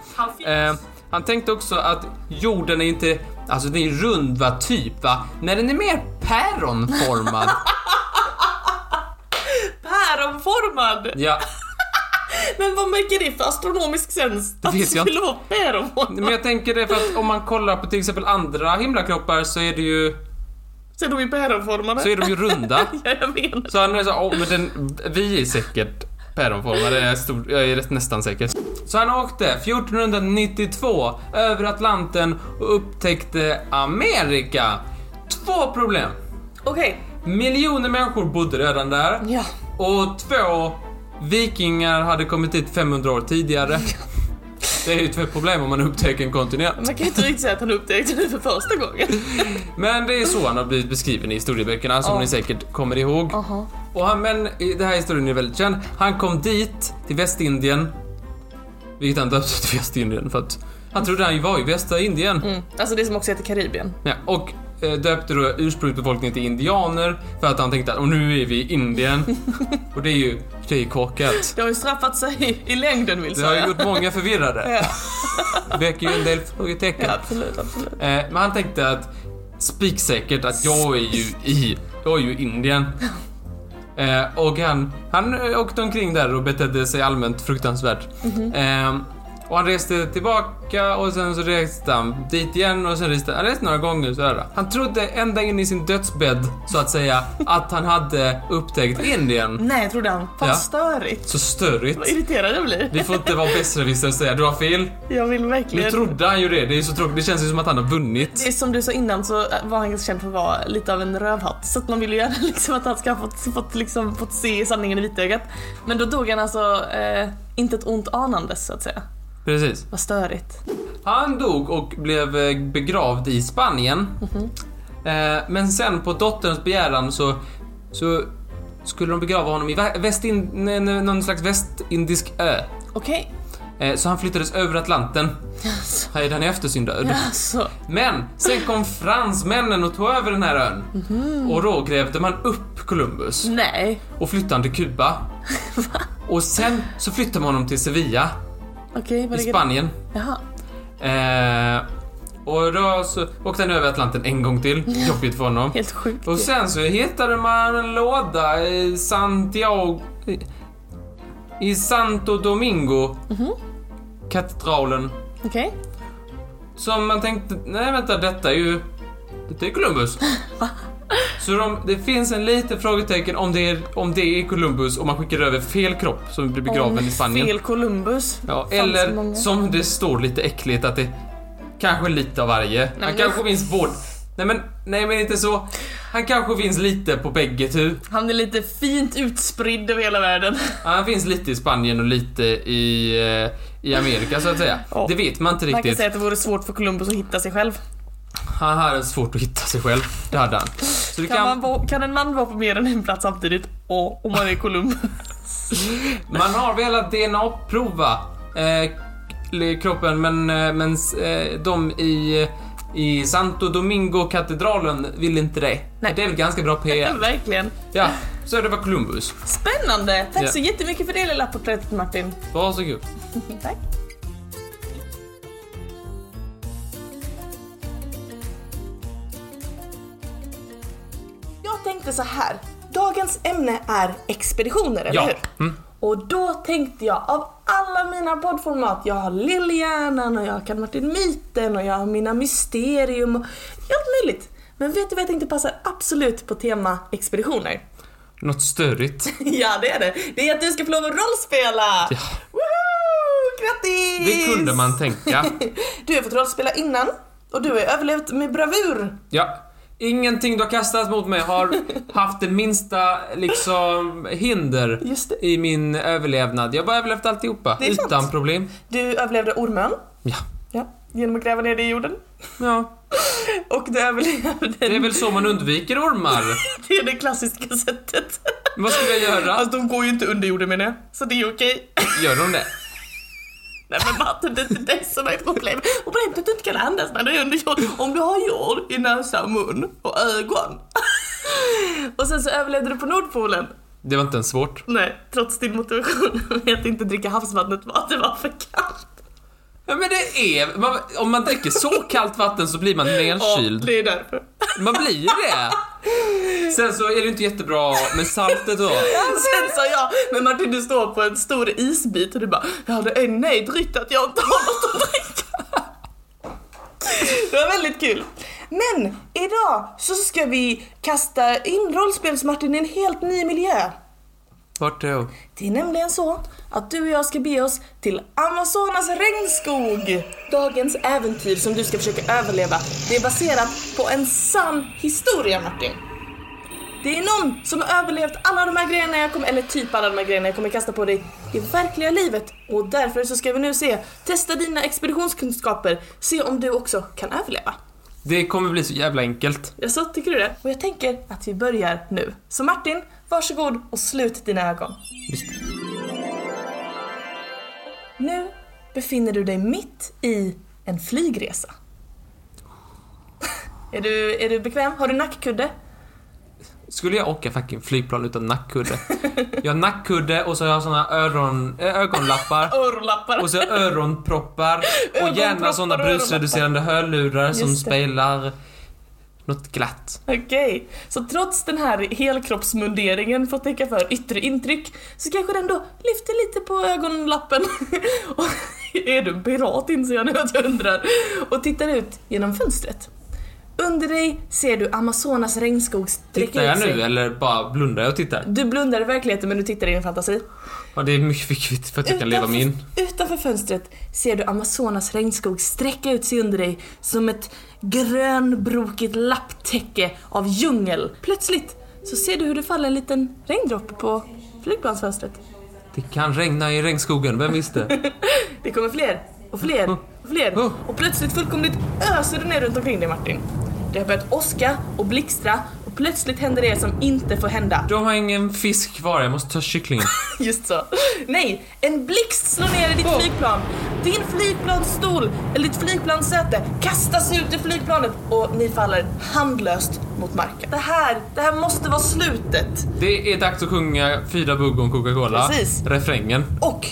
Eh, han tänkte också att jorden är inte, alltså den är rund va, typ va, men den är mer päronformad.
Päronformad!
ja,
Men vad märker det för astronomisk sens? Att
vet
det
jag
skulle vara päronformad?
men jag tänker det för att om man kollar på till exempel andra himlakroppar så är det ju,
Så är de ju päronformade.
så är de ju runda.
Ja, jag menar.
Så han är så åh men den, vi är säkert päronformade, jag är, stor, jag är rätt nästan säker. Så han åkte 1492 över Atlanten och upptäckte Amerika. Två problem.
Okej.
Miljoner människor bodde redan där
Ja.
och två vikingar hade kommit dit 500 år tidigare. Det är ju två problem om man upptäcker en kontinent.
Man kan ju inte riktigt säga att han upptäckte det för första gången.
Men det är så han har blivit beskriven i historieböckerna som
Ja.
ni säkert kommer ihåg.
Aha.
Och han, men i den här historien är väldigt känd. Han kom dit, till Västindien. Vilket han döpte till Västindien för att han trodde han ju var i västra Indien.
Mm. Alltså det som också heter Karibien.
Ja, och eh, döpte då ursprungsbefolkningen till indianer för att han tänkte att "Åh, nu är vi i Indien. och det är ju, det är ju korkat.
Det har ju straffat sig i längden vill
Det har ju
säga.
gjort många förvirrade.
Ja.
Väcker ju en del
Ja,
frågetecken.
absolut, absolut.
Eh, men han tänkte att spiksäkert att jag är ju i, jag är ju i Indien. Eh, och han, han eh, åkte omkring där och betedde sig allmänt fruktansvärt. Eh, Och han reste tillbaka och sen så reste han dit igen och sen reste han reste några gånger sådär. Han trodde ända in i sin dödsbädd, så att säga, att han hade upptäckt Indien.
Nej, trodde han. Fan
Ja.
störigt.
Så störigt.
Vad irriterad jag blir.
Vi får inte vara besserwissrar och säga du har fel.
Jag vill
Nu
verkligen...
trodde han ju det. Det är så tråkigt. Det känns ju som att han har vunnit.
Det är Som du sa innan så var han ganska känd för att vara lite av en rövhatt så att man vill ju gärna liksom att han ska ha fått, fått, liksom, fått se sanningen i vitögat. Men då dog han alltså eh, inte ett ont anandes så att säga.
Precis.
Vad störigt.
Han dog och blev eh, begravd i Spanien. Eh, Men sen på dotterns begäran så, så skulle de begrava honom i vä- västin, n- n- någon slags västindisk ö.
Okej.
Eh, Så han flyttades över Atlanten. Hejde han efter sin död.
Alltså,
Men sen kom fransmännen och tog över den här ön. Och då grävde man upp Columbus
nej.
och flyttade han till Kuba. Och sen så flyttade man honom till Sevilla
Okej, vad
i
ligger
Spanien.
det? Jaha.
Eh, och då så åkte han över Atlanten en gång till. Jobbigt för honom.
Helt sjukt.
Och sen så hittade man en låda i Santiago... I Santo Domingo.
Mhm.
Katedralen.
Okej.
Som man tänkte, nej vänta, detta är ju... Detta är Columbus. Så de, det finns en litet frågetecken om det, är, om det är Columbus och man skickar över fel kropp som blir begraven
Om
i Spanien.
Fel Columbus.
Ja,
Fanns så
eller
många.
som det står lite äckligt att det kanske lite av varje. Han
men-
kanske finns både... Nej men, nej men inte så. Han kanske finns lite på bägge typ. tu.
Han är lite fint utspridd över hela världen.
Han finns lite i Spanien och lite i, eh, i Amerika så att säga.
Ja.
Det vet man inte
Man kan
riktigt.
säga att det vore svårt för Columbus att hitta sig själv.
Han hade svårt att hitta sig själv. Det hade han. Så det
Kan, man
kan,
bo- kan en man vara på mer än en plats samtidigt? Och om man är Columbus.
man har velat DNA-prova eh, k- kroppen men, eh, men eh, de i, i Santo Domingo-katedralen vill inte det.
Nej.
Det är väl ganska bra PR.
Ja, verkligen.
Ja, så det var Columbus.
Spännande! Tack
Ja.
så jättemycket för det lilla porträttet Martin.
Varsågod.
Tack. Jag tänkte så här. Dagens ämne är expeditioner, eller
Ja. Mm.
hur? Och då tänkte jag, av alla mina poddformat, jag har Lillhjärnan och jag kan Martin Myten och jag har Mina Mysterium och allt möjligt. Men vet du vad jag tänkte passar absolut på tema expeditioner?
Något störigt.
Ja, det är det. Det är att du ska få lov att rollspela!
Ja.
Woho! Grattis!
Det kunde man tänka.
Du har fått rollspela innan och du har överlevt med bravur.
Ja. Ingenting du har kastat mot mig har haft det minsta liksom hinder
Just det.
i min överlevnad. Jag har bara överlevt alltihopa.
Det är sant.
utan problem.
Du överlevde ormön.
Ja.
Ja, genom att gräva ner dig i jorden.
Ja.
Och du överlevde...
Det är väl så man undviker ormar.
det, är det klassiska sättet.
Vad skulle jag göra?
Alltså de går ju inte under jorden menar jag. Så det är okej.
Gör de det?
Nej men Martin, det är inte det som är problemet. Problemet är att du inte kan andas när du är under jord. Om du har jord i näsa och mun och ögon. Och sen så överlevde du på Nordpolen.
Det var inte ens svårt.
Nej, trots din motivation med att inte dricka havsvattnet var att det var för kallt.
Ja, men det är... Man, om man dricker så kallt vatten så blir man
Ja,
nedkyld.
det är därför.
Man blir ju det. Sen så är det ju inte jättebra med saltet då.
Sen sa jag, men Martin du står på en stor isbit och du bara, ja det är nej drygt att jag inte har något att dricka. Det var väldigt kul. Men idag så ska vi kasta in rollspels-Martin i en helt ny miljö.
Vart då?
Det är nämligen så att du och jag ska bege oss till Amazonas regnskog. Dagens äventyr som du ska försöka överleva, det är baserat på en sann historia Martin. Det är någon som har överlevt alla de här grejerna jag kommer, eller typ alla de här grejerna jag kommer kasta på dig i verkliga livet. Och därför så ska vi nu se, testa dina expeditionskunskaper, se om du också kan överleva.
Det kommer bli så jävla enkelt.
Jag så tycker du det? Och jag tänker att vi börjar nu. Så Martin, varsågod och slut dina ögon. Nu befinner du dig mitt i en flygresa. är, du, är du bekväm? Har du nackkudde?
Skulle jag åka fucking flygplan utan nackkudde? Jag har nackkudde och så har jag såna öron, ö- ögonlappar
Öronlappar.
och så öronproppar och
Ögonproppar
gärna
och
såna brusreducerande hörlurar som
Just det.
speglar något glatt.
Okej, så trots den här helkroppsmunderingen för att täcka för yttre intryck så kanske den då lyfter lite på ögonlappen och är du pirat inser jag nu att jag undrar. Och tittar ut genom fönstret. Under dig ser du Amazonas regnskog
Tittar
sträcka
jag
ut sig.
nu eller bara blundar jag och tittar?
Du blundar i verkligheten men du tittar i din fantasi.
Ja, det är mycket viktigt för att jag kan leva mig in.
utanför fönstret ser du Amazonas regnskog sträcka ut sig under dig som ett grönbrokigt lapptäcke av djungel. Plötsligt så ser du hur det faller en liten regndroppe på flygplansfönstret.
Det kan regna i regnskogen, vem visste?
Det kommer fler och fler och fler
Oh.
och plötsligt fullkomligt öser det ner runt omkring dig Martin. Det har börjat åska och blixtra och plötsligt händer det som inte får hända.
De har ingen fisk kvar, jag måste ta kycklingen.
Just så. Nej, en blixt slår ner i ditt
Oh.
flygplan. Din flygplansstol, eller ditt flygplanssäte, kastas ut ur flygplanet och ni faller handlöst mot marken. Det här, det här måste vara slutet.
Det är dags att sjunga Fyra bugg och en Coca-Cola.
Precis.
Refrängen.
Och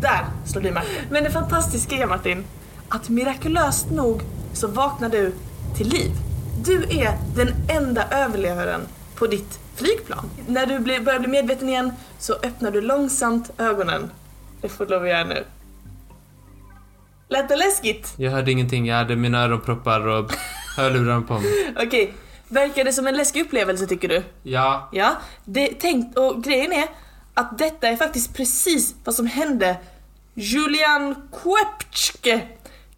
där slår du i marken. Men det fantastiska är Martin, att mirakulöst nog så vaknar du till liv. Du är den enda överlevaren på ditt flygplan. När du blir- börjar bli medveten igen så öppnar du långsamt ögonen. Det får du lov att göra nu. Lät det läskigt?
Jag hörde ingenting, jag hade mina öronproppar och hörlurarna på mig.
Okej. Verkar det som en läskig upplevelse tycker du?
Ja,
Ja, det tänkt, och grejen är att detta är faktiskt precis vad som hände Julian Kepke.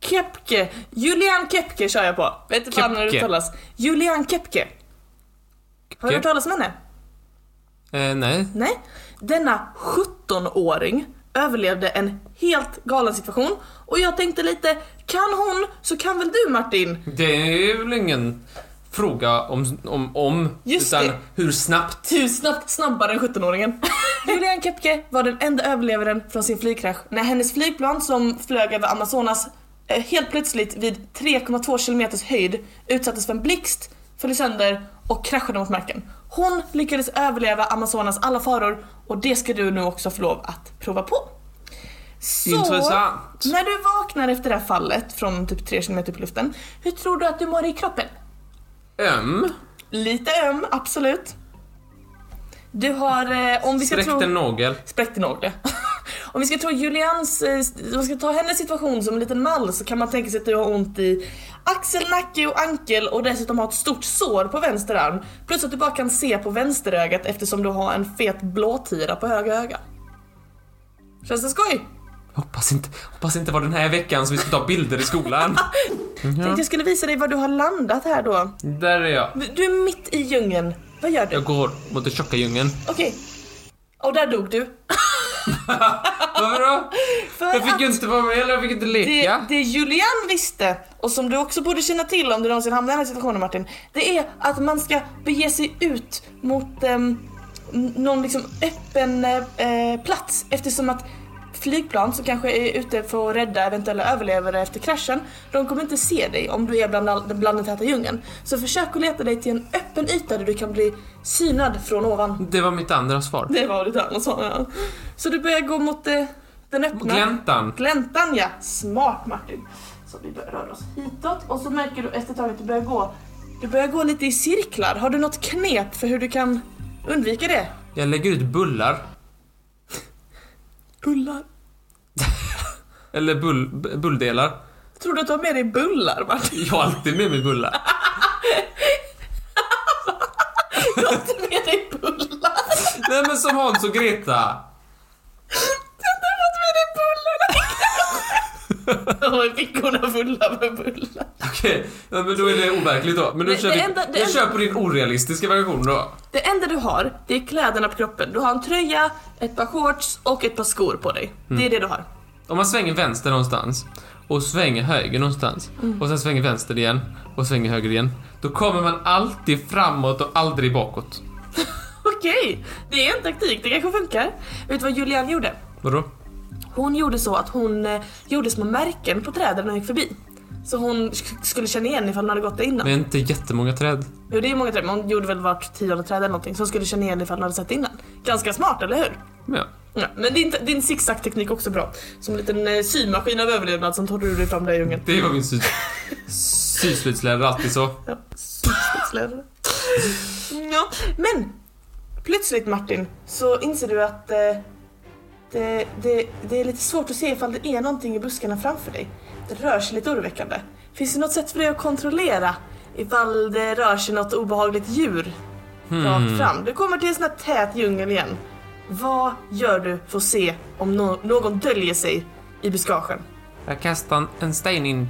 Kepke. Julian Kepke kör jag på. Vet inte fan hur det
Kepke.
uttalas. Julian Kepke. Har du hört talas om henne?
eh, nej.
Nej. Denna 17-åring överlevde en helt galen situation och jag tänkte lite, kan hon så kan väl du Martin?
Det är väl ingen fråga om, om, om
Just
utan
det.
hur snabbt
Tusen Typ snabbt snabbare än 17-åringen. Julian Kepke var den enda överlevaren från sin flygkrasch när hennes flygplan som flög över Amazonas eh, helt plötsligt vid 3,2 kilometers höjd utsattes för en blixt, föll sönder och kraschade mot marken. Hon lyckades överleva Amazonas alla faror och det ska du nu också få lov att prova på. Så,
Intressant.
när du vaknar efter det här fallet från typ 3 km upp i luften, hur tror du att du mår i kroppen?
öm
Lite öm, absolut. Du har, eh, om vi ska
spräckt
tro...
en nagel.
Spräckt en någle. om vi ska tro Julians, eh, om vi ska ta hennes situation som en liten mall så kan man tänka sig att du har ont i axel, nacke och ankel och dessutom har ett stort sår på vänster arm. Plus att du bara kan se på vänsterögat eftersom du har en fet blåtira på höger öga. Känns det skoj?
Hoppas inte, hoppas inte var den här veckan som vi ska ta bilder i skolan.
Tänkte jag skulle visa dig var du har landat här då.
Där är jag.
Du är mitt i djungeln. Vad gör du?
Jag går mot den tjocka djungeln.
Okej. Och där dog du.
Varför då?
För
Jag
att-
fick ju inte vara med, eller jag fick inte
Det,
leka.
det Julian visste, och som du också borde känna till om du någonsin hamnar i den här situationen Martin, det är att man ska bege sig ut mot ehm, n- någon liksom öppen eh, eh, plats eftersom att flygplan som kanske är ute för att rädda eventuella överlevare efter kraschen, de kommer inte se dig om du är bland, all, bland den täta djungeln. Så försök att leta dig till en öppen yta där du kan bli synad från ovan.
Det var mitt andra svar.
Det var det där man sa ja. Så du börjar gå mot eh, den öppna...
Gläntan.
Gläntan ja, smart Martin. Så vi börjar röra oss hitåt och så märker du efter ett tag att du börjar gå. Du börjar gå lite i cirklar. Har du något knep för hur du kan undvika det?
Jag lägger ut bullar.
Bullar.
Eller bull, b- bulldelar.
Tror du att du har med dig bullar Martin?
Jag har alltid med mig bullar.
Du har inte med dig bullar!
Nej men som Hans och Greta.
Du har inte fått med dig bullar! De har fickorna fulla med bullar.
Okej, ja, men då är det overkligt då. Men då
Nej,
kör
det
vi,
enda- det
jag
enda-
kör på din orealistiska version då.
Det enda du har, det är kläderna på kroppen. Du har en tröja, ett par shorts och ett par skor på dig. Det är det du har.
Om man svänger vänster någonstans och svänger höger någonstans
Mm.
och sen svänger vänster igen och svänger höger igen. Då kommer man alltid framåt och aldrig bakåt.
Okej, det är en taktik. Det kanske funkar. Vet du vad Julian gjorde?
Vadå?
Hon gjorde så att hon eh, gjorde små märken på träden när hon gick förbi. Så hon sk- skulle känna igen ifall hon hade gått där innan.
Det är inte jättemånga träd.
Jo det är många träd, men hon gjorde väl vart tionde träd eller någonting. Så hon skulle känna igen ifall hon hade sett innan. Ganska smart, eller hur?
Men ja.
Ja, men din, din zigzag-teknik också bra. Som en liten eh, symaskin av överlevnad som tar du dig fram där i djungeln.
Det var min sy syslöjdslärare alltid så.
Ja, syslöjdslärare. ja, men plötsligt Martin så inser du att eh, det, det, det är lite svårt att se ifall det är någonting i buskarna framför dig. Det rör sig lite oroväckande. Finns det något sätt för dig att kontrollera ifall det rör sig något obehagligt djur rakt fram? Du kommer till en sån här tät djungel igen. Vad gör du för att se om no- någon döljer sig i buskagen?
Jag kastar en- en sten in.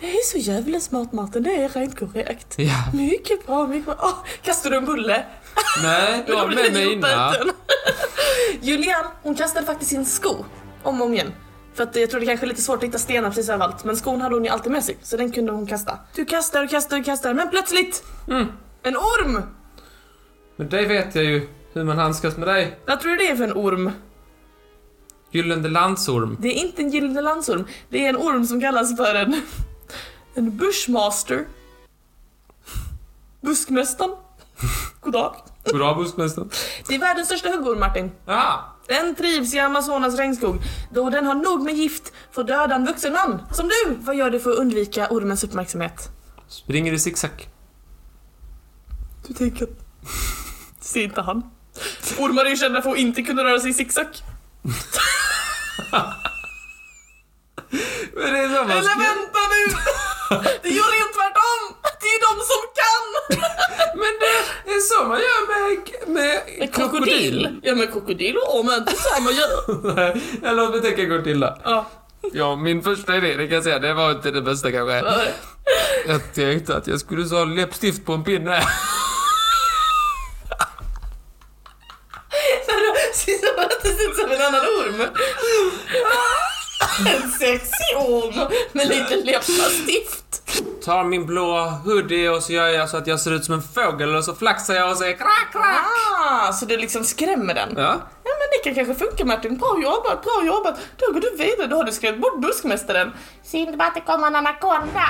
Det är så jävla smart Martin, det är rent korrekt.
Ja.
Mycket bra, mycket bra. Åh, kastar du en bulle?
Nej, du har
Då
med
blir
mig
jag
innan.
uppäten. Julian, hon kastade faktiskt sin sko. Om och om igen. För att jag tror det kanske är lite svårt att hitta stenar precis överallt. Men skon hade hon ju alltid med sig. Så den kunde hon kasta. Du kastar och kastar och kastar. Men plötsligt!
Mm.
En orm!
Men det vet jag ju hur man handskas med dig.
Vad tror du det är för en orm?
Gyllene landsorm.
Det är inte en gyllene landsorm. Det är en orm som kallas för en... En bushmaster. Buskmästaren. God dag.
Bra buskmästaren.
Det är världens största huggorm Martin.
Ah,
Den trivs i Amazonas regnskog då den har nog med gift för att döda en vuxen man. Som du! Vad gör du för att undvika ormens uppmärksamhet?
springer i zigzag.
Du tänker att... Ser inte han? Ormar är ju kända för att inte kunna röra sig i zigzag.
Men det är så man
Eller
ska...
vänta nu! Det är ju rent tvärtom! Det är ju de som kan!
Men det är så man gör med, med krokodil.
Ja men krokodil och orm är inte samma djur.
Nej, Låt mig tänka Godzilla.
Ja.
Ja, min första idé, det kan jag säga, det var inte det bästa kanske. Jag tänkte att jag skulle så ha läppstift på en pinne.
Sista vattnet ser ut som en annan orm. En sexig orm med lite läppstift.
Tar min blåa hoodie och så gör jag så att jag ser ut som en fågel och så flaxar jag och säger krack, krack.
Ah, så du liksom skrämmer den?
Ja.
Ja men det kan kanske funka Martin, bra jobbat, bra jobbat. Då går du vidare, då har du skrämt bort buskmästaren.
Synd bara att det kommer en anakonda.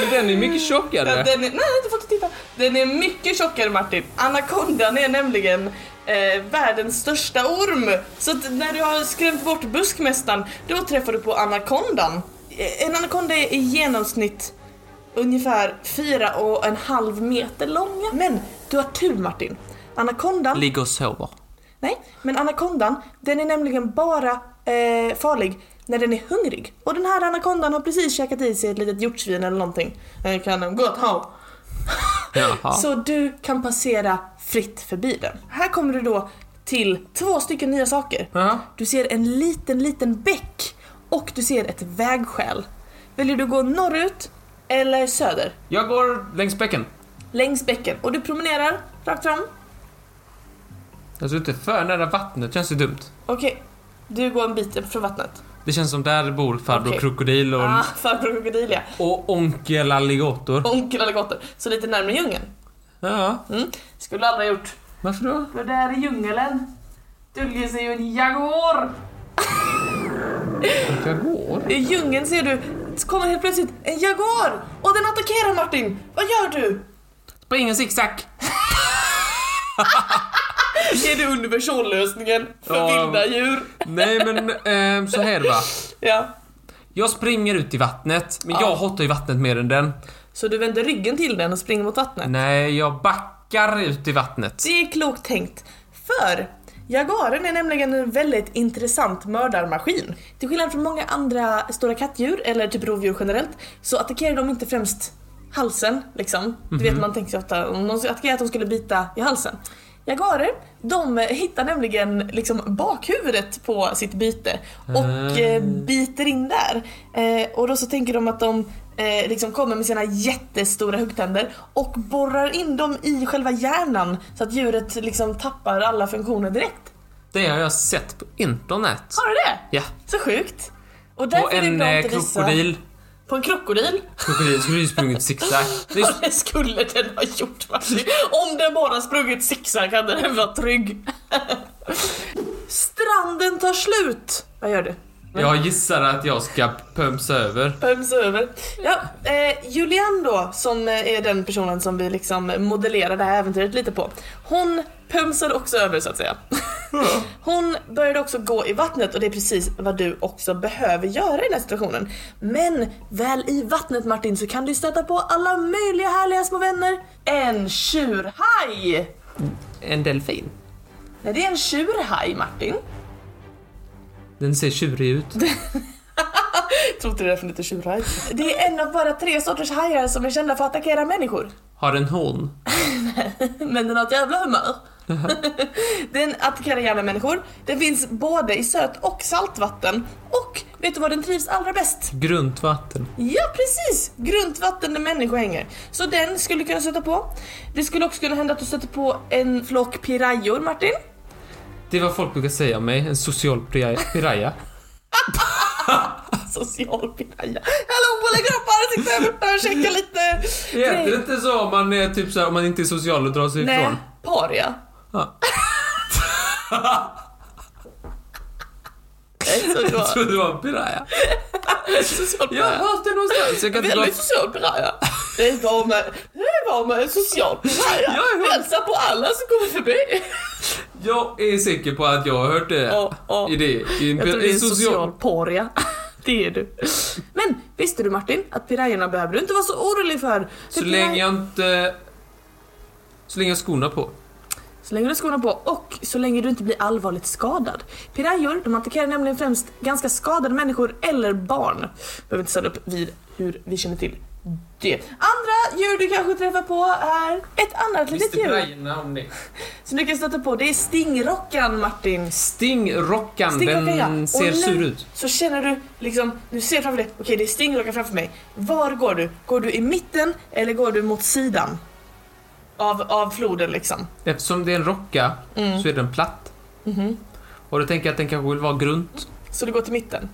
Men den är mycket
Den,
tjockare.
Eh, den är, nej du får inte titta. Den är mycket tjockare Martin. Anakondan är nämligen eh, världens största orm. Så att när du har skrämt bort buskmästaren, då träffar du på anakondan. Eh, En anakonda är i genomsnitt ungefär fyra och en halv meter långa. Men du har tur Martin. Anakondan
Ligger och sover.
Nej, men anakondan, den är nämligen bara eh, farlig när den är hungrig. Och den här anakondan har precis käkat i sig ett litet hjortsvin eller någonting. Den kan den gott ha.
Jaha.
Så du kan passera fritt förbi den. Här kommer du då till två stycken nya saker.
Ja.
Du ser en liten, liten bäck och du ser ett vägskäl. Väljer du gå norrut eller söder?
Jag går längs bäcken.
Längs bäcken. Och du promenerar rakt fram.
Jag är inte för nära vattnet, känns ju dumt.
Okej, du går en bit från vattnet.
Det känns som där bor farbror
Okej.
krokodil och,
Ah, farbror krokodil ja.
och onkel alligator.
onkel alligator. Så lite närmare djungeln.
Ja,
Mm. Skulle du aldrig ha gjort.
varför då?
För där i djungeln döljer sig ju en jaguar.
Jag går.
I djungeln ser du, så kommer helt plötsligt en jaguar! Och den attackerar Martin! Vad gör du?
Spring en zigzag!
Är det universallösningen för
Ja.
vilda djur?
Nej men ehm, så här va.
Ja.
Jag springer ut i vattnet, men
Ah.
jag hotar i vattnet mer än den.
Så du vänder ryggen till den och springer mot vattnet?
Nej, jag backar ut i vattnet.
Det är klokt tänkt. För jaguaren är nämligen en väldigt intressant mördarmaskin. Till skillnad från många andra stora kattdjur, eller typ rovdjur generellt, så attackerar de inte främst halsen liksom. Du vet man tänker sig ofta om de attackerar att de skulle bita i halsen. Jaguarer, de hittar nämligen liksom bakhuvudet på sitt byte och eh, biter in där. Eh, och då så tänker de att de eh, liksom kommer med sina jättestora huggtänder och borrar in dem i själva hjärnan så att djuret liksom tappar alla funktioner direkt.
Det har jag sett på internet.
Har du det?
Ja.
Så sjukt! Och
Och
därför är Ah. det
en
bra att
eh,
inte visa-
krokodil.
På en krokodil?
Krokodil skulle ju sprungit zigzag. Det är
Ja,
s-
det skulle den ha gjort Martin. Om den bara sprungit zigzag hade den varit trygg. Stranden tar slut! Vad gör du?
Jag gissar att jag ska pumsa över.
Pöms över. Ja, eh, Julian då, som eh, är den personen som vi liksom modellerar det här äventyret lite på. Hon pömsade också över så att säga. Hon började också gå i vattnet och det är precis vad du också behöver göra i den här situationen. Men väl i vattnet Martin så kan du stöta på alla möjliga härliga små vänner. En tjurhaj!
En delfin.
Nej, det är en tjurhaj Martin.
Den ser tjurig ut.
Jag tror inte det är för lite tjurhaj. Det är en av bara tre sorters hajar som är kända för att attackera människor.
Har den horn?
Men den har ett jävla humör. den attackerar gärna människor. Den finns både i söt och saltvatten. Och vet du vad den trivs allra bäst?
Grunt vatten.
Ja precis! Grunt vatten där människor hänger. Så den skulle kunna stöta på. Det skulle också kunna hända att du stöter på en flock pirajor Martin.
Det är vad folk brukar säga om mig, en social pirai- piraya.
Social piraya. Hallå på lägger upp ansiktet och checka lite.
Heter det inte så om man är typ så här, om man inte är social och drar sig
Nej,
ifrån?
paria.
Ja.
Nej, så bra.
Jag trodde det var en piraya.
Social
Jag har
piraya.
hört det någonstans. Jag kan inte
Väldigt
gå...
social piraya. Det var med, det var med en social piraya.
Jag är hund-
Hälsa på alla som kommer förbi.
Jag är säker på att jag har hört det.
Ja, ja.
I det. I en,
Jag tror
pir-
det
i
är en
social...
social paria. Det är du. Men visste du Martin att pirajorna behöver du inte vara så orolig för. För
Så
piraj-
länge jag inte... Så länge jag har skorna på.
Så länge du har skorna på och så länge du inte blir allvarligt skadad. Pirajor, de attackerar nämligen främst ganska skadade människor eller barn. Behöver inte ställa upp vid hur vi känner till det. Andra djur du kanske träffar på är ett annat litet
Visste
djur
Brajerna om det?
som du kan stöta på. Det är stingrockan Martin.
Stingrockan,
Stingrockan ja.
den
Och
ser
nu
sur ut.
Så känner du liksom, nu ser jag framför dig, okej det är stingrockan framför mig. Var går du? Går du i mitten eller går du mot sidan? Av, av floden liksom.
Eftersom det är en rocka
Mm.
så är den platt.
Mhm.
Och då tänker jag att den kanske vill vara grunt.
Så du går till mitten.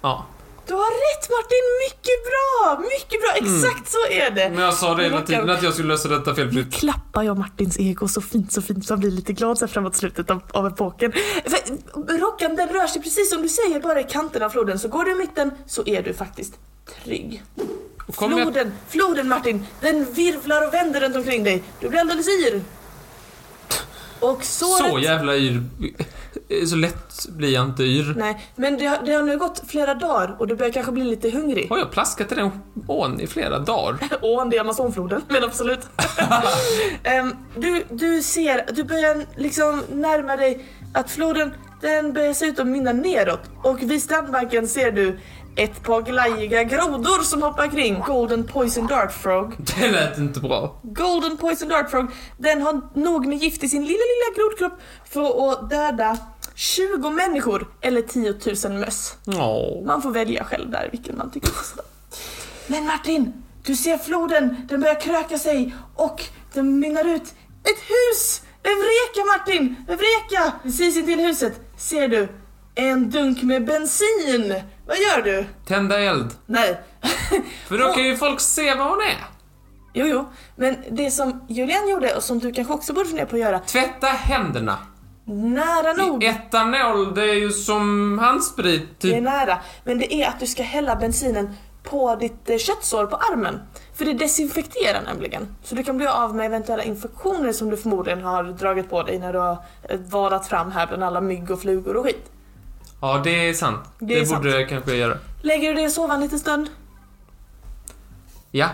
Ja.
Du har rätt Martin, mycket bra! Mycket bra, exakt så är det!
Mm. Men jag sa det hela
Rockan.
tiden att jag skulle lösa detta
Nu
felfritt.
klappar jag Martins ego så fint, så fint, så han blir lite glad så här framåt slutet av, av epoken. För rockan den rör sig precis som du säger, bara i kanten av floden. Så går du i mitten så är du faktiskt trygg.
Och Kommer jag,
Floden, floden Martin, den virvlar och vänder runt omkring dig. Du blir alldeles yr. Och såret...
så jävla yr... Så lätt blir jag inte yr.
Nej, men det har, det har nu gått flera dagar och du börjar kanske bli lite hungrig.
Har jag plaskat i den ån i flera dagar?
ån, det är Amazonfloden. Men absolut. Ehm, du, du ser, du börjar liksom närma dig att floden den börjar se ut att mynna neråt och vid strandbanken ser du ett par glajiga grodor som hoppar kring. Golden Poison Dart Frog.
Det lät inte bra.
Golden Poison Dart Frog, den har nog med gift i sin lilla, lilla grodkropp för att döda 20 människor eller 10 000 möss.
Åh.
Man får välja själv där vilken man tycker är bäst. Men Martin, du ser floden, den börjar kröka sig och den mynnar ut ett hus! En vreka Martin, en vreka! Precis intill huset ser du en dunk med bensin. Vad gör du?
Tända eld.
Nej.
För då kan ju folk se vad hon är.
Jo, jo, men det som Julian gjorde och som du kanske också borde fundera på att göra,
Tvätta händerna.
nära nog,
Etanol, det är ju som handsprit
det är
typ.
nära, men det är att du ska hälla bensinen på ditt eh, köttsår på armen. För det desinfekterar nämligen. Så du kan bli av med eventuella infektioner som du förmodligen har dragit på dig när du har eh, vadat fram här bland alla mygg och flugor och skit.
Ja, det är sant. Det,
Det är
borde jag kanske göra.
Lägger du dig i sovan lite stund?
Ja.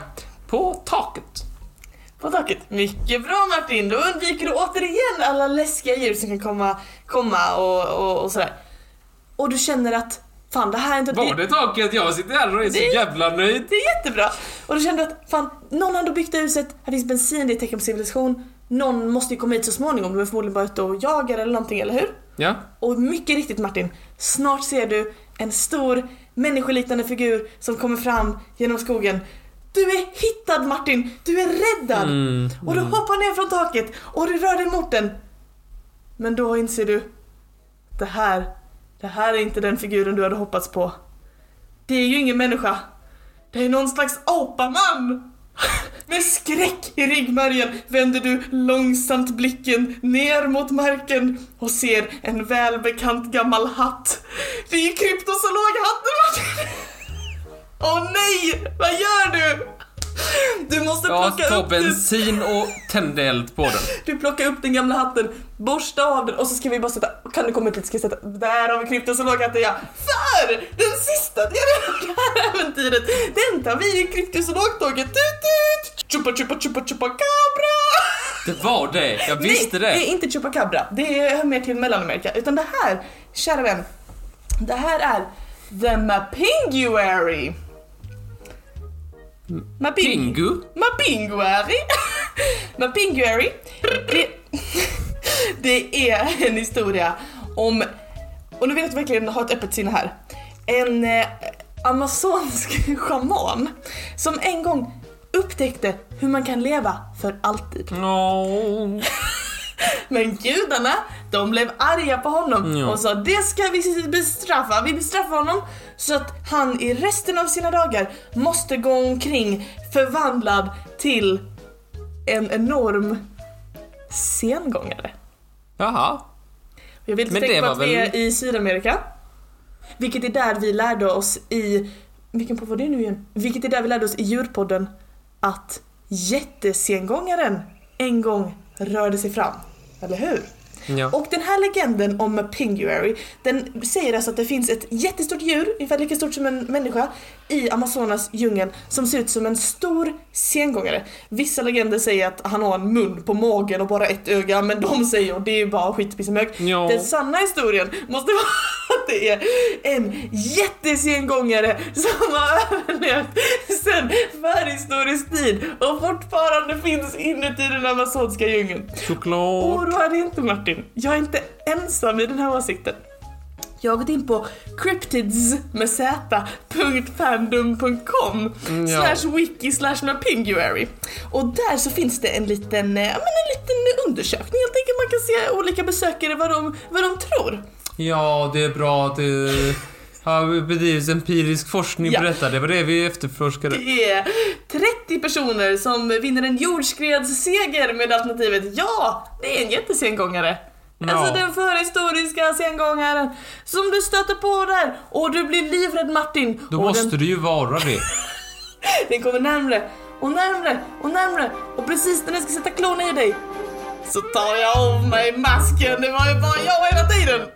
På taket.
På taket. Mycket bra Martin! Då undviker du återigen alla läskiga djur som kan komma, komma och, och, och sådär. Och du känner att fan det här är inte...
Var det taket? Jag sitter här och är så
Det-
jävla nöjd.
Det är jättebra! Och då kände jag att fan, någon har ändå byggt det här huset, här finns bensin, det är tecken på civilisation. Någon måste ju komma hit så småningom, de är förmodligen bara ute och jagar eller någonting, eller hur?
Ja.
Och mycket riktigt Martin, snart ser du en stor människoliknande figur som kommer fram genom skogen. Du är hittad Martin! Du är räddad! Och du hoppar ner från taket och du rör dig mot den. Men då inser du, det här, det här är inte den figuren du hade hoppats på. Det är ju ingen människa. Det är någon slags apaman! Med skräck i ryggmärgen vänder du långsamt blicken ner mot marken och ser en välbekant gammal hatt. Det är ju kryptozoologhatten Martin! Åh nej! Vad gör du? Du måste
Jag
plocka
tar
upp den.
bensin och tänder eld på den.
Du plockar upp den gamla hatten, borsta av den och så ska vi bara sätta, kan du komma hit lite ska jag sätta, där har vi kryptozoologhatten ja. För den sista delen av det här äventyret, den tar vi i kryptozoologtåget, tut tut! Chupa chupa chupa chupa cabra!
Det var det, jag visste
Nej,
det.
det är inte Chupacabra. Det är- hör mer till Mellanamerika. Utan det här, kära vän, det här är The Mapinguary.
Mm.
Mapingu.
Pingu?
Mapinguari. Mapinguari. Det, det är en historia om, och nu vill jag verkligen ha ett öppet sinne här, en eh, amazonsk schaman som en gång upptäckte hur man kan leva för alltid.
No.
Men gudarna, de blev arga på honom
Ja.
och sa det ska vi bestraffa. Vi bestraffar honom så att han i resten av sina dagar måste gå omkring förvandlad till en enorm sengångare.
Jaha.
Jag vill
Men
tänka
det
på
var
att vi
väl-
är i Sydamerika. Vilket är där vi lärde oss i... Vilken podd var det nu igen? Vilket är där vi lärde oss i djurpodden att jättesengångaren en gång rörde sig fram. Eller hur?
Ja.
Och den här legenden om Pinguary, den säger alltså att det finns ett jättestort djur, ungefär lika stort som en människa, i Amazonas djungeln som ser ut som en stor sengångare. Vissa legender säger att han har en mun på magen och bara ett öga, men de säger att det är bara skitpissemög.
Ja.
Den sanna historien måste vara att det är en jättesengångare som har överlevt sedan förhistorisk tid och fortfarande finns inuti den amazonska djungeln.
Choklad.
Oroa dig inte Martin, jag är inte ensam i den här åsikten. Jag har gått in på cryptids med z.fandom.com
Mm, ja.
slash wiki slash mapinguary. Och där så finns det en liten, eh, ja, men en liten undersökning helt enkelt. Man kan se olika besökare vad de, vad de tror.
Ja, det är bra att det har bedrivits empirisk forskning
Ja.
på detta. Det var det vi efterforskade.
Det är 30 personer som vinner en jordskredsseger med alternativet ja, det är en jättesengångare.
Ja.
Alltså den förhistoriska sengångaren som du stöter på där och du blir livrädd Martin.
Då
och
måste
den,
det ju vara det.
den kommer närmre och närmre och närmre och precis när den ska sätta klon i dig så tar jag av mig masken. Det var ju bara jag hela tiden.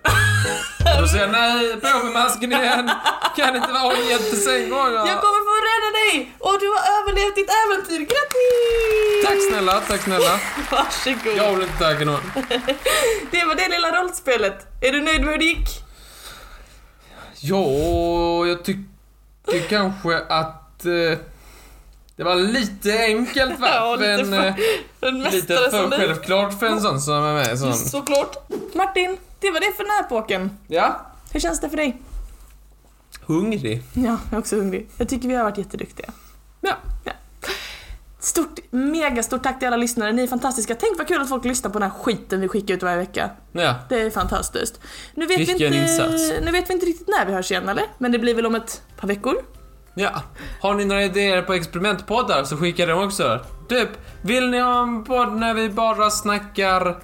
Då säger jag nej, på med masken igen. Kan inte vara en
Jag
jättesengångare.
kommer få rädda dig och du har överlevt ditt äventyr. Grattis!
Tack snälla, tack snälla.
Varsågod.
Jag vill inte tacka någon.
Det var det lilla rollspelet. Är du nöjd med hur det gick?
Ja, jag tycker kanske att eh, det var lite enkelt va?
Ja,
för
lite
en,
för-
eh,
En
lite
mästare
för
som du.
självklart för en sån som är med. Sån.
Såklart. Martin, det var det för näpåken.
Ja,
Hur känns det för dig?
hungrig.
Ja, jag är också hungrig. Jag tycker vi har varit jätteduktiga.
Ja.
Stort, megastort tack till alla lyssnare. Ni är fantastiska. Tänk vad kul att folk lyssnar på den här skiten vi skickar ut varje vecka.
ja.
Det är fantastiskt. Nu vet, vi
Vilken
inte,
insats.
nu vet vi inte riktigt när vi hörs igen eller? Men det blir väl om ett par veckor?
Ja, har ni några idéer på experimentpoddar så skicka dem också. Typ, vill ni ha en podd när vi bara snackar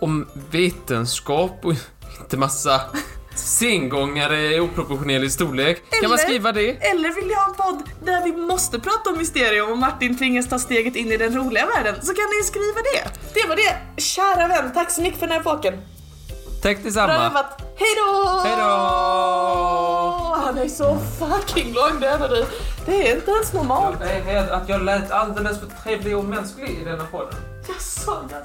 om vetenskap och inte massa sengångare i oproportionerlig storlek? Kan man
Eller-
skriva det?
Eller vill jag ha en podd där vi måste prata om mysterium och Martin tvingas ta steget in i den roliga världen så kan ni ju skriva det. Det var det. Kära vän, tack så mycket för den här påken.
Tack
Bra
detsamma.
jobbat. Hej då!
Hej då!
Åh, Han är så fucking lång den du. Det är inte ens normalt.
Jag är rädd att jag lät alldeles för trevlig och mänsklig i denna podden.
Jag sa det.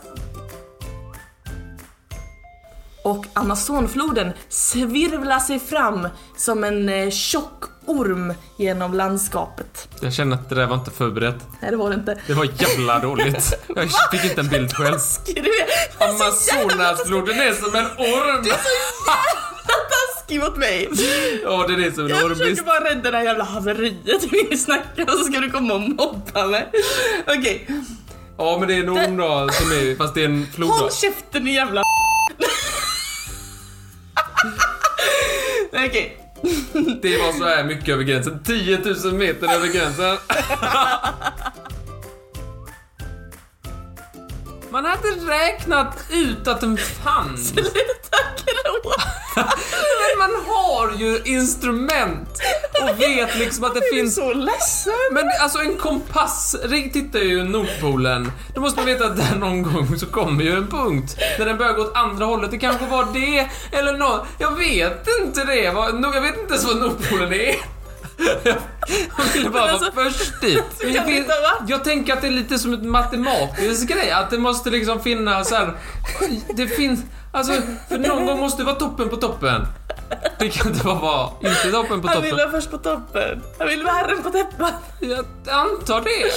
Och Amazonfloden svirvlar sig fram som en eh, tjock orm genom landskapet.
Jag känner att det där var inte förberett.
Nej, det var det inte.
Det var jävla dåligt. Jag fick inte en bild själv.
Skriv- Det är så jävla
Amazonasfloden är som en orm!
taskig mot mig.
Ja, den är som en
Jag
orm.
försöker bara rädda det här jävla haveriet vi snackar så ska du komma och mobba mig. Okej,
Ja men det är en orm då som är, fast det är en flod då.
håll käften din jävla Okej,
Det var så här mycket över gränsen. 10 000 meter över gränsen. Man hade räknat ut att den fanns.
sluta gråta.
Men man har ju instrument och vet liksom att det
Jag är
finns
så ledsen.
Men alltså en kompass ring- tittar ju Nordpolen. Då måste man veta att där någon gång så kommer ju en punkt. När den börjar gå åt andra hållet. Det kanske var det eller något. Jag vet inte det. Vad- no- Jag vet inte ens vad Nordpolen är. Hon ville bara
Men
vara
alltså,
först dit.
kan det inte ha varit.
jag tänker att det är lite som en matematisk grej, att det måste liksom finnas så här, Det finns... Alltså, för någon gång måste det vara toppen på toppen. Det kan inte bara vara inte toppen på
Han
toppen.
ville vara först på toppen. Han ville vara herren på täppan.
Jag antar det.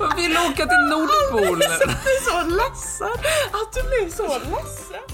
Jag vill åka till Nordpolen.
Jag blir så ledsen att du blir så ledsen.